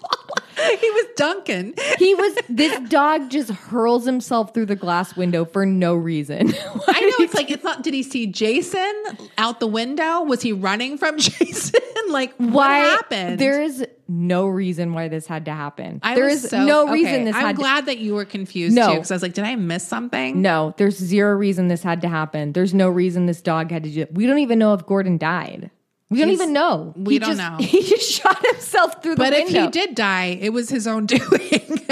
Speaker 4: he was Duncan.
Speaker 3: He was this dog just hurls himself through the glass window for no reason.
Speaker 4: I know it's like it's not. Did he see Jason out the window? Was he running from Jason? like what
Speaker 3: why
Speaker 4: happened?
Speaker 3: There is no reason why this had to happen.
Speaker 4: I
Speaker 3: there
Speaker 4: was
Speaker 3: is
Speaker 4: so-
Speaker 3: no
Speaker 4: okay,
Speaker 3: reason this
Speaker 4: I'm
Speaker 3: had
Speaker 4: glad that you were confused
Speaker 3: No.
Speaker 4: too, because I was like, did I miss
Speaker 3: to
Speaker 4: something?
Speaker 3: No, there's zero reason this had to happen. There's no reason this dog had to do We don't even know if Gordon died. We don't even know.
Speaker 4: we
Speaker 3: He
Speaker 4: don't
Speaker 3: just-
Speaker 4: know.
Speaker 3: He just shot himself through the
Speaker 4: But if
Speaker 3: window.
Speaker 4: he did die, it was his own doing.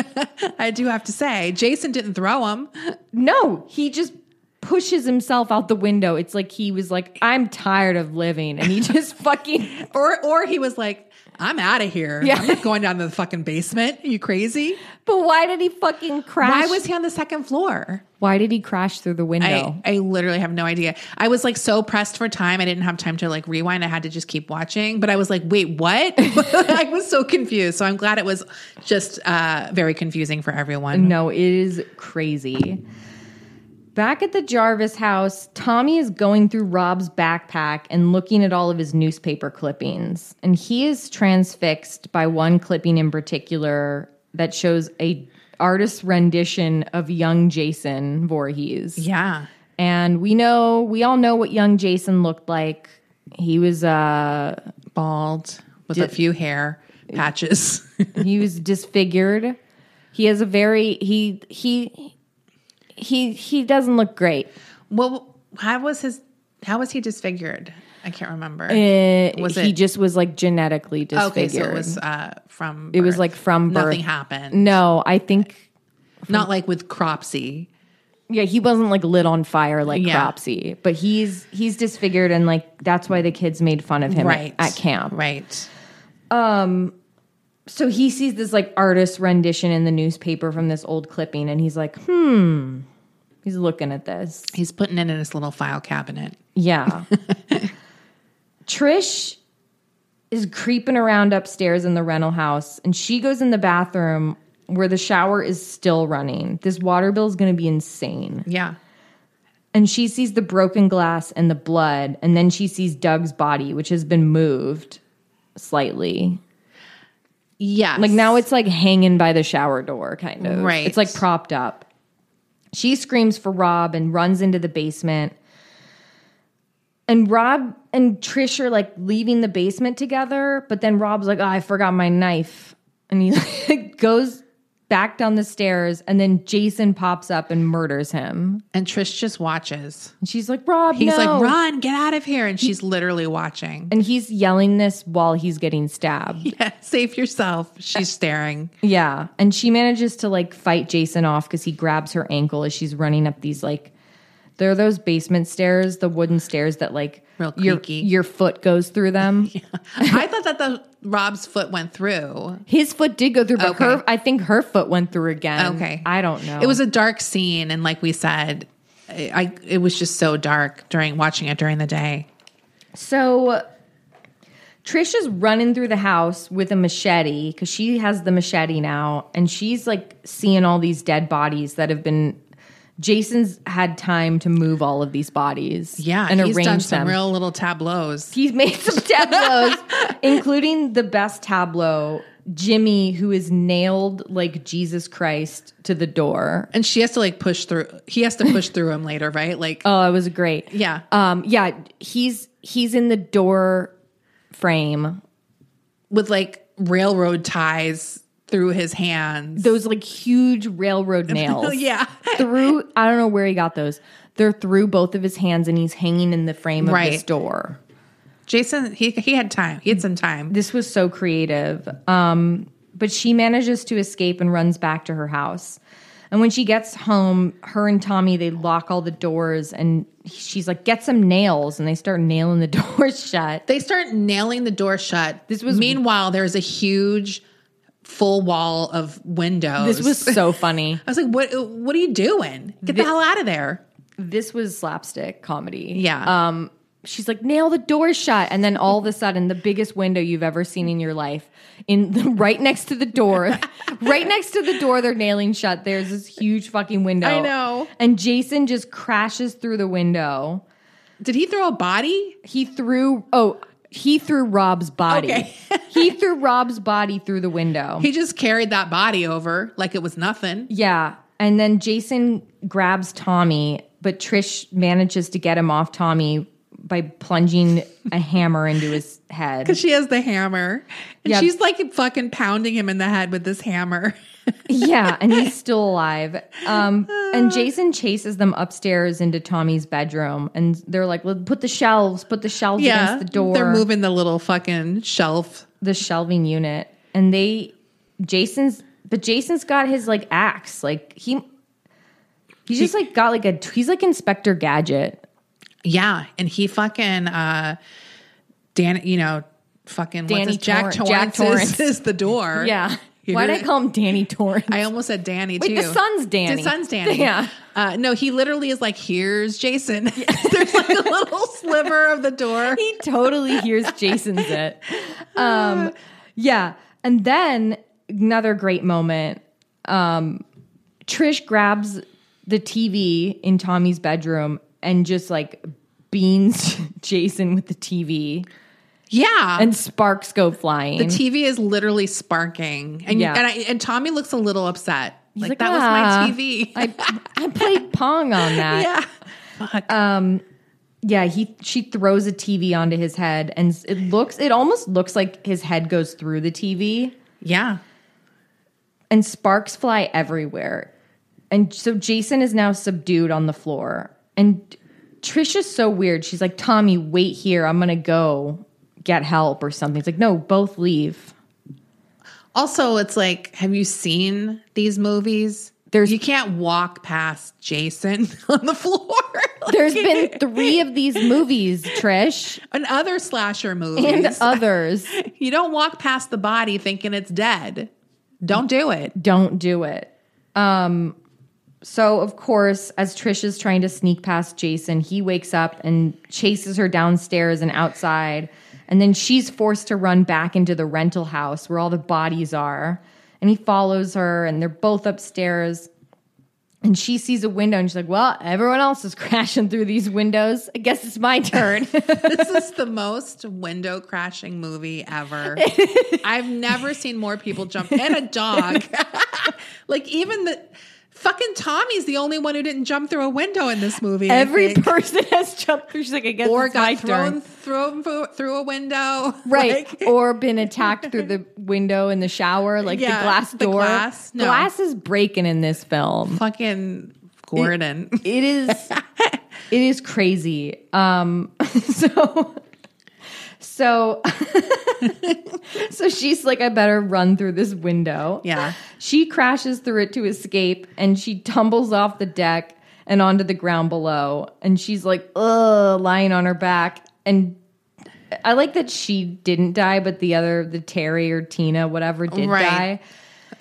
Speaker 4: I do have to say, Jason didn't throw him.
Speaker 3: No, he just pushes himself out the window. It's like he was like, I'm tired of living. And he just fucking
Speaker 4: Or or he was like, I'm out of here.
Speaker 3: Yeah.
Speaker 4: I'm not going down to the fucking basement. you crazy?
Speaker 3: But why did he fucking crash?
Speaker 4: Why was he on the second floor?
Speaker 3: Why did he crash through the window?
Speaker 4: I, I literally have no idea. I was like so pressed for time. I didn't have time to like rewind. I had to just keep watching. But I was like, wait, what? I was so confused. So I'm glad it was just uh, very confusing for everyone.
Speaker 3: No, it is crazy. Back at the Jarvis house, Tommy is going through Rob's backpack and looking at all of his newspaper clippings. And he is transfixed by one clipping in particular that shows a artist's rendition of young Jason Voorhees.
Speaker 4: Yeah.
Speaker 3: And we know, we all know what young Jason looked like. He was uh
Speaker 4: Bald with a few hair patches.
Speaker 3: he was disfigured. He has a very he he he he doesn't look great.
Speaker 4: what? How was his? How was he disfigured? I can't remember.
Speaker 3: Uh,
Speaker 4: Was
Speaker 3: he
Speaker 4: it-
Speaker 3: just was like genetically disfigured.
Speaker 4: okay, so it was uh, from.
Speaker 3: It was,
Speaker 4: birth.
Speaker 3: like, from
Speaker 4: Nothing
Speaker 3: birth.
Speaker 4: happened.
Speaker 3: no, I think
Speaker 4: Not like with Cropsy.
Speaker 3: yeah, he wasn't like lit on fire like
Speaker 4: Yeah.
Speaker 3: Cropsy, but he's he's disfigured and like that's why the kids made fun of him
Speaker 4: Right
Speaker 3: at, at camp.
Speaker 4: Right.
Speaker 3: So he sees this like artist rendition in the newspaper from this old clipping, and he's like, hmm. He's looking at this.
Speaker 4: He's putting it in his little file cabinet.
Speaker 3: Yeah. Trish is creeping around upstairs in the rental house and she goes in the bathroom where the shower is still running. This water bill is going to be insane.
Speaker 4: Yeah.
Speaker 3: And she sees the broken glass and the blood and then she sees Doug's body which has been moved slightly.
Speaker 4: Yeah.
Speaker 3: Like now it's like hanging by the shower door, kind of.
Speaker 4: Right.
Speaker 3: It's like propped up. She screams for Rob and runs into the basement. And Rob and Trish are like leaving the basement together, but then Rob's like, oh, I forgot my knife. And he like, goes back down the stairs, and then Jason pops up and murders him.
Speaker 4: And Trish just watches.
Speaker 3: And she's like, Rob,
Speaker 4: He's
Speaker 3: no."
Speaker 4: like, run, get out of here. And she's literally watching.
Speaker 3: And he's yelling this while he's getting stabbed.
Speaker 4: Yeah, save yourself. She's staring.
Speaker 3: Yeah. And she manages to like fight Jason off because he grabs her ankle as she's running up these like there are those basement stairs, the wooden stairs that like
Speaker 4: Real
Speaker 3: your,
Speaker 4: creaky.
Speaker 3: your foot goes through them.
Speaker 4: I thought that the Rob's foot went through.
Speaker 3: His foot did go through, but
Speaker 4: Okay.
Speaker 3: her I think her foot went through again.
Speaker 4: Okay.
Speaker 3: I don't know.
Speaker 4: It was a dark scene, and like we said, I I- it was just so dark during watching it during the day.
Speaker 3: so Trish is running through the house with a machete because she has the machete now, and she's like seeing all these dead bodies that have been. Jason's had time to move all of these bodies,
Speaker 4: Yeah,
Speaker 3: and
Speaker 4: he's
Speaker 3: arrange
Speaker 4: done
Speaker 3: them.
Speaker 4: some real little tableaus.
Speaker 3: He's made some tableaus, including the best tableau, Jimmy, who is nailed like Jesus Christ to the door.
Speaker 4: and she has to like push through. He has to push through him later, right? Like,
Speaker 3: Oh, it was great.
Speaker 4: Yeah.
Speaker 3: Um, yeah, he's he's in the door frame.
Speaker 4: with like railroad ties through his hands.
Speaker 3: Those like huge railroad nails.
Speaker 4: yeah.
Speaker 3: Through I don't know where he got those. They're through both of his hands and he's hanging in the frame of this
Speaker 4: Right.
Speaker 3: door.
Speaker 4: Jason, he he had time. He had some time.
Speaker 3: This was so creative. Um, but she manages to escape and runs back to her house. And when she gets home, her and Tommy they lock all the doors, and she's like, "Get some nails," and they start nailing the doors shut.
Speaker 4: They start nailing the door shut.
Speaker 3: This was-
Speaker 4: meanwhile there's a huge full wall of windows.
Speaker 3: This was so funny.
Speaker 4: I was like, what What are you doing? Get the hell out of there!
Speaker 3: This was slapstick comedy.
Speaker 4: Yeah.
Speaker 3: Um, she's like, "Nail the door shut," and then all of a sudden, the biggest window you've ever seen in your life, in the, right next to the door, right next to the door, they're nailing shut. There's this huge fucking window.
Speaker 4: I know.
Speaker 3: And Jason just crashes through the window.
Speaker 4: Did he throw a body?
Speaker 3: He threw oh. He threw Rob's body.
Speaker 4: Okay.
Speaker 3: he threw Rob's body through the window.
Speaker 4: He just carried that body over like it was nothing.
Speaker 3: Yeah. And then Jason grabs Tommy, but Trish manages to get him off Tommy by plunging a hammer into his head.
Speaker 4: She has the hammer, and
Speaker 3: Yeah.
Speaker 4: she's like fucking pounding him in the head with this hammer.
Speaker 3: yeah, and he's still alive. Um, and Jason chases them upstairs into Tommy's bedroom, and they're like, "Let- "Put the shelves, put the shelves against the door."
Speaker 4: They're moving the little fucking shelf.
Speaker 3: the shelving unit, and they, Jason's, but Jason's got his like axe, like he. He's just like got like a he's like Inspector Gadget.
Speaker 4: Yeah, and he fucking uh Dan, you know, fucking
Speaker 3: Danny
Speaker 4: what's his, Jack
Speaker 3: Torrance-
Speaker 4: Torrance,
Speaker 3: Jack Torrance.
Speaker 4: Is, is the door.
Speaker 3: Yeah.
Speaker 4: You
Speaker 3: Why
Speaker 4: heard
Speaker 3: did I
Speaker 4: it?
Speaker 3: call him Danny Torrance?
Speaker 4: I almost said Danny
Speaker 3: Wait,
Speaker 4: too.
Speaker 3: the son's Danny.
Speaker 4: The son's Danny.
Speaker 3: Yeah.
Speaker 4: Uh, no, he literally is like, here's Jason. There's like a little sliver of the door.
Speaker 3: he totally hears Jason's it. Um, yeah. And then another great moment. Um, Trish grabs the TV in Tommy's bedroom and just like beans Jason with the TV
Speaker 4: Yeah.
Speaker 3: and sparks go flying.
Speaker 4: the TV is literally sparking, and
Speaker 3: Yeah.
Speaker 4: and, I, and Tommy looks a little upset. Like,
Speaker 3: like,
Speaker 4: that was
Speaker 3: "Ah,
Speaker 4: my TV.
Speaker 3: I, I played Pong on that. Um,
Speaker 4: yeah.
Speaker 3: Yeah, he she throws a TV onto his head and s- it looks it almost looks like his head goes through the TV
Speaker 4: Yeah.
Speaker 3: and sparks fly everywhere. And so Jason is now subdued on the floor. And Trisha's so weird. She's like, "Tommy, wait here. I'm going to go get help or something." It's like, "No, both leave."
Speaker 4: Also, it's like, have you seen these movies?
Speaker 3: There's-
Speaker 4: you can't walk past Jason on the floor. Like,
Speaker 3: There's been 3 of these movies, Trish,
Speaker 4: and other slasher
Speaker 3: and uh,
Speaker 4: movies.
Speaker 3: others.
Speaker 4: you don't walk past the body thinking it's dead. Don't do it.
Speaker 3: don't do it. Um, so of course, as Trish is trying to sneak past Jason, he wakes up and chases her downstairs and outside, and then she's forced to run back into the rental house where all the bodies are. And he follows her, and they're both upstairs. And she sees a window, and she's like, "Well, everyone else is crashing through these windows. I guess it's my turn."
Speaker 4: This is the most window crashing movie ever. I've never seen more people jump and a dog. like even the Fucking Tommy's the only one who didn't jump through a window in this movie. I
Speaker 3: Every
Speaker 4: think.
Speaker 3: person has jumped through. She's like, I guess
Speaker 4: or
Speaker 3: it's
Speaker 4: got
Speaker 3: my
Speaker 4: thrown
Speaker 3: turn.
Speaker 4: thrown through, through a window,
Speaker 3: Right.
Speaker 4: Like,
Speaker 3: or been attacked through the window in the shower, like
Speaker 4: Yeah,
Speaker 3: the glass
Speaker 4: the
Speaker 3: door.
Speaker 4: glass, no.
Speaker 3: glass is breaking in this film.
Speaker 4: fucking Gordon.
Speaker 3: it is it is crazy um so so so she's like i better run through this window
Speaker 4: Yeah.
Speaker 3: she crashes through it to escape and she tumbles off the deck and onto the ground below and she's like ugh lying on her back and i like that she didn't die but the other the terry or tina whatever did
Speaker 4: Right.
Speaker 3: die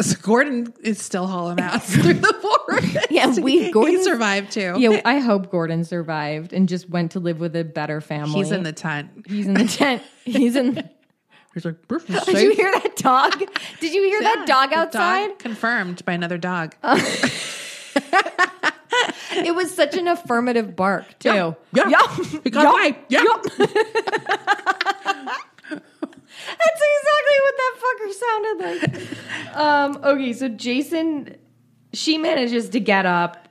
Speaker 4: So Gordon is still hauling ass through the forest.
Speaker 3: Yeah, we-
Speaker 4: he
Speaker 3: Gordon's-
Speaker 4: survived too.
Speaker 3: yeah i hope gordon survived and just went to live with a better family
Speaker 4: He's in the tent.
Speaker 3: He's in the tent. He's in.
Speaker 4: He's like,
Speaker 3: Did you hear that dog? Did you hear that dog outside?
Speaker 4: confirmed by another dog.
Speaker 3: It was such an affirmative bark too.
Speaker 4: Yeah. Yeah.
Speaker 3: Yup.
Speaker 4: He got
Speaker 3: Yup.
Speaker 4: away. Yeah.
Speaker 3: Yup. That's exactly what that fucker sounded like. Um, okay, so Jason, she manages to get up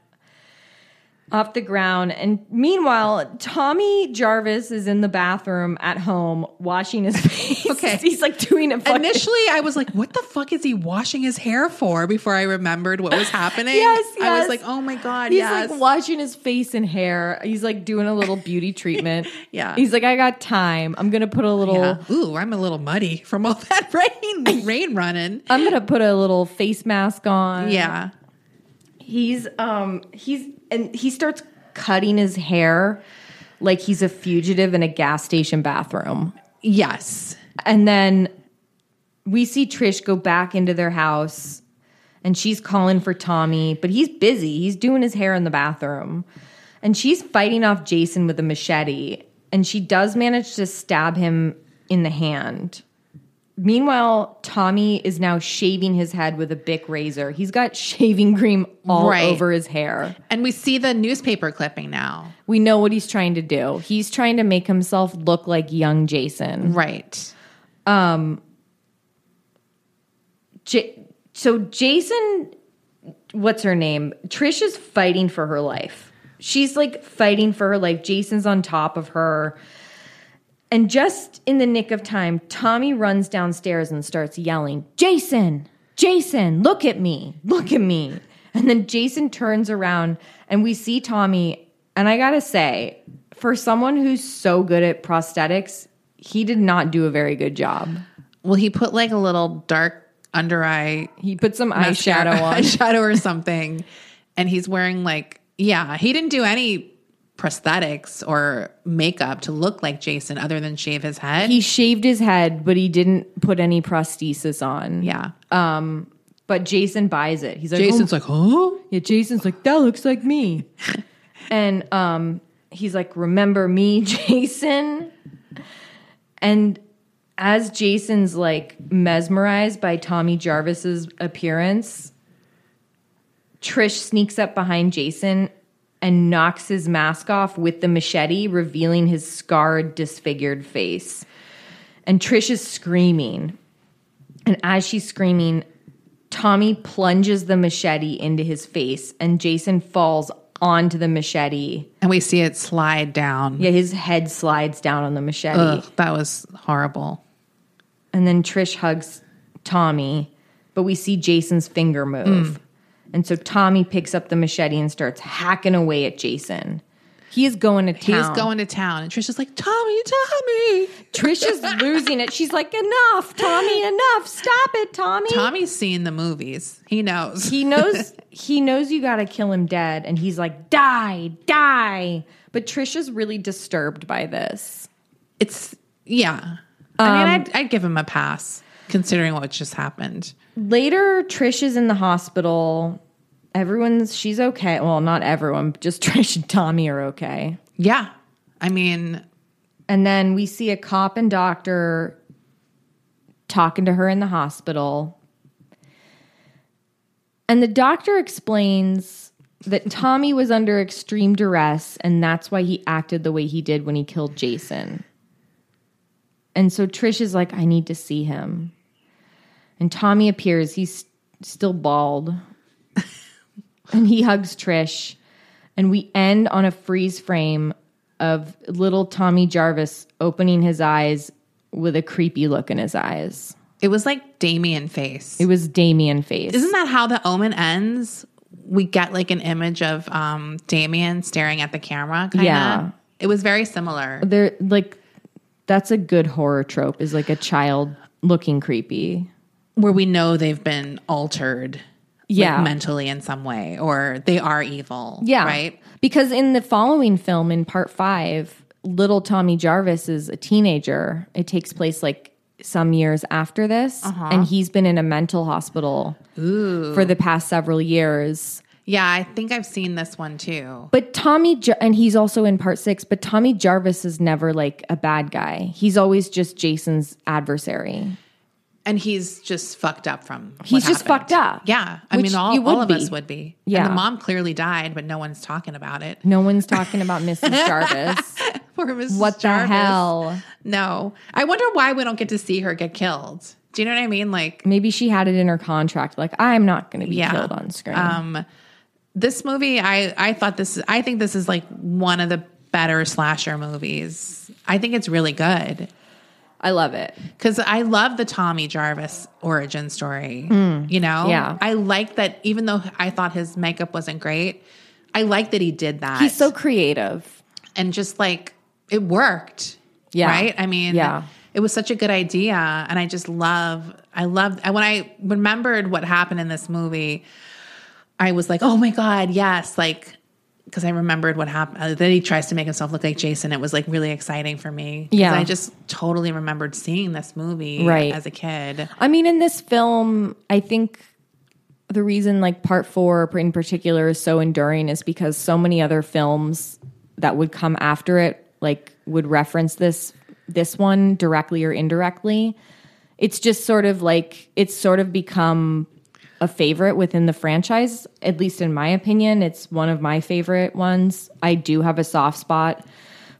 Speaker 3: off the ground, and meanwhile, Tommy Jarvis is in the bathroom at home washing his face.
Speaker 4: Okay.
Speaker 3: he's like doing a fucking
Speaker 4: Initially, I was like, "What the fuck is he washing his hair for?" Before I remembered what was happening,
Speaker 3: Yes, yes.
Speaker 4: I was like, "Oh my god,
Speaker 3: He's
Speaker 4: yes!"
Speaker 3: like washing his face and hair. He's like doing a little beauty treatment.
Speaker 4: Yeah.
Speaker 3: He's like, I got time. I'm gonna put a little
Speaker 4: Yeah. Ooh, I'm a little muddy from all that rain, rain running.
Speaker 3: I'm gonna put a little face mask on.
Speaker 4: Yeah,
Speaker 3: He's um he's and he starts cutting his hair like he's a fugitive in a gas station bathroom.
Speaker 4: yes,
Speaker 3: And then we see Trish go back into their house and she's calling for Tommy, but he's busy. He's doing his hair in the bathroom. And she's fighting off Jason with a machete. And she does manage to stab him in the hand. Meanwhile, Tommy is now shaving his head with a Bic razor. He's got shaving cream all
Speaker 4: Right.
Speaker 3: over his hair.
Speaker 4: and we see the newspaper clipping now.
Speaker 3: We know what he's trying to do. He's trying to make himself look like young Jason.
Speaker 4: Right.
Speaker 3: J- so Jason, what's her name? Trish is fighting for her life. She's like fighting for her life. Jason's on top of her. And just in the nick of time, Tommy runs downstairs and starts yelling, Jason, Jason, look at me, look at me. And then Jason turns around and we see Tommy. And I gotta say, for someone who's so good at prosthetics, he did not do a very good job.
Speaker 4: Well, he put like a little dark under eye
Speaker 3: He put some eyeshadow on.
Speaker 4: eyeshadow or something, and he's wearing like yeah, he didn't do any prosthetics or makeup to look like Jason other than shave his head.
Speaker 3: he shaved his head, but he didn't put any prosthesis on.
Speaker 4: yeah.
Speaker 3: But Jason buys it. He's like,
Speaker 4: Jason's like, huh?
Speaker 3: "Oh, yeah, Jason's like, that looks like me. and um, he's like, remember me, Jason? And as Jason's like mesmerized by Tommy Jarvis's appearance, Trish sneaks up behind Jason and knocks his mask off with the machete, revealing his scarred, disfigured face. And Trish is screaming. And as she's screaming, Tommy plunges the machete into his face, and Jason falls onto the machete.
Speaker 4: And we see it slide down.
Speaker 3: Yeah, his head slides down on the machete.
Speaker 4: Ugh, that was horrible.
Speaker 3: And then Trish hugs Tommy, but we see Jason's finger
Speaker 4: Hmm.
Speaker 3: move. And so Tommy picks up the machete and starts hacking away at Jason. He is going to town.
Speaker 4: He's going to town, and Trisha's like, Tommy, Tommy.
Speaker 3: Trish is losing it. She's like, "Enough, Tommy! Enough! Stop it, Tommy!"
Speaker 4: Tommy's seen the movies. He knows.
Speaker 3: he knows he knows you gotta kill him dead and he's like die die but trisha's really disturbed by this
Speaker 4: it's yeah. I mean, I'd, I'd give him a pass considering what just happened.
Speaker 3: later trish is in the hospital everyone's she's okay well not everyone just trish and tommy are okay
Speaker 4: Yeah, I mean,
Speaker 3: and then we see a cop and doctor talking to her in the hospital and the doctor explains that tommy was under extreme duress and that's why he acted the way he did when he killed jason and so trish is like i need to see him and tommy appears he's still bald and he hugs Trish, and we end on a freeze frame of little Tommy Jarvis opening his eyes with a creepy look in his eyes.
Speaker 4: It was like Damien face.
Speaker 3: It was Damien face.
Speaker 4: Isn't that how the omen ends? We get like an image of um Damien staring at the camera. Kinda.
Speaker 3: Yeah.
Speaker 4: It was very similar.
Speaker 3: there like that's a good horror trope is like a child looking creepy.
Speaker 4: Where we know they've been altered like,
Speaker 3: Yeah.
Speaker 4: mentally in some way or they are evil.
Speaker 3: Yeah.
Speaker 4: Right?
Speaker 3: Because in the following film, in part five, little Tommy Jarvis is a teenager. It takes place like some years after this. And he's been in a mental hospital for the past several years.
Speaker 4: Yeah, I think I've seen this one too.
Speaker 3: But Tommy, Jar- and he's also in part six, but Tommy Jarvis is never like a bad guy. He's always just Jason's adversary.
Speaker 4: And he's just fucked up from what
Speaker 3: He's just
Speaker 4: happened.
Speaker 3: fucked up.
Speaker 4: Yeah. I
Speaker 3: Which
Speaker 4: mean all,
Speaker 3: you would
Speaker 4: all of
Speaker 3: be.
Speaker 4: us would be.
Speaker 3: Yeah.
Speaker 4: And the mom clearly died, but no one's talking about it.
Speaker 3: No one's talking about Mrs. Jarvis.
Speaker 4: Poor Mrs.
Speaker 3: What the
Speaker 4: Jarvis.
Speaker 3: hell?
Speaker 4: No. I wonder why we don't get to see her get killed. Do you know what I mean? Like
Speaker 3: Maybe she had it in her contract. Like, I'm not going to be
Speaker 4: Yeah. Um,
Speaker 3: killed on screen.
Speaker 4: this movie, I I thought this I think this is like one of the better slasher movies. I think it's really good.
Speaker 3: I love it.
Speaker 4: Cuz I love the Tommy Jarvis origin story, you know?
Speaker 3: Mm. Yeah.
Speaker 4: I like that even though I thought his makeup wasn't great, I like that he did that.
Speaker 3: He's so creative.
Speaker 4: and just like it worked.
Speaker 3: Yeah.
Speaker 4: Right? I mean,
Speaker 3: Yeah.
Speaker 4: it was such a good idea. And I just love, I love, and when I remembered what happened in this movie, I was like, oh my God, yes. Like, because I remembered what happened. Uh, that he tries to make himself look like Jason. It was like really exciting for me. 'Cause
Speaker 3: Yeah.
Speaker 4: I just totally remembered seeing this movie
Speaker 3: Right.
Speaker 4: as a kid.
Speaker 3: I mean, in this film, I think the reason, like, part four in particular is so enduring is because so many other films that would come after it, like, would reference this this one directly or indirectly. It's just sort of like it's sort of become a favorite within the franchise, at least in my opinion. It's one of my favorite ones. I do have a soft spot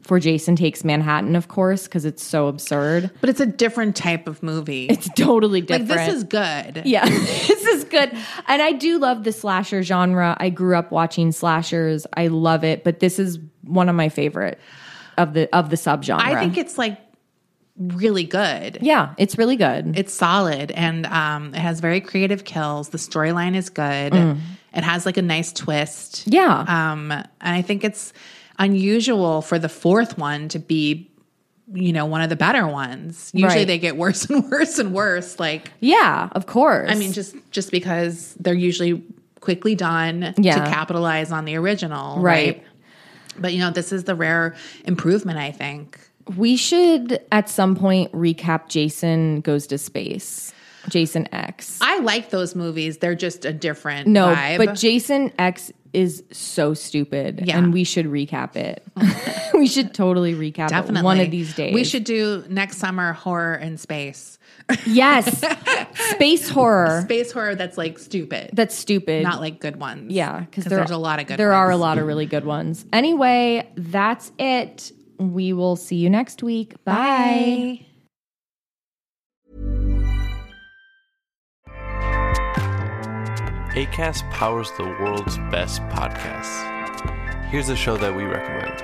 Speaker 3: for Jason Takes Manhattan, of course, because it's so absurd.
Speaker 4: But it's a different type of movie.
Speaker 3: It's totally
Speaker 4: like,
Speaker 3: different.
Speaker 4: this is good.
Speaker 3: yeah, this is good. And I do love the slasher genre. I grew up watching slashers. I love it, but this is one of my favorite of the of the subgenre.
Speaker 4: I think it's like really good.
Speaker 3: yeah, it's really good.
Speaker 4: it's solid and um, it has very creative kills. The storyline is good. It has like a nice twist.
Speaker 3: Mm. yeah.
Speaker 4: Um, and I think it's unusual for the fourth one to be, you know, one of the better ones. Usually
Speaker 3: Right.
Speaker 4: they get worse and worse and worse. Like,
Speaker 3: yeah, of course.
Speaker 4: I mean, just just because they're usually quickly done to
Speaker 3: Yeah.
Speaker 4: capitalize on the original,
Speaker 3: Right.
Speaker 4: right? But you know, this is the rare improvement. I think.
Speaker 3: we should at some point recap Jason Goes to Space. Jason X.
Speaker 4: I like those movies. They're just a different
Speaker 3: No,
Speaker 4: vibe.
Speaker 3: but Jason X is so stupid
Speaker 4: Yeah.
Speaker 3: and we should recap it. we should totally recap
Speaker 4: Definitely.
Speaker 3: it one of these days.
Speaker 4: We should do next summer horror in space.
Speaker 3: Yes. space horror.
Speaker 4: Space horror that's like stupid.
Speaker 3: That's stupid.
Speaker 4: not like good ones.
Speaker 3: yeah,
Speaker 4: Because there's a lot of good
Speaker 3: There are a
Speaker 4: ones.
Speaker 3: lot of really good ones. Anyway, that's it. We will see you next week. Bye.
Speaker 6: ACAST powers the world's best podcasts. Here's a show that we recommend.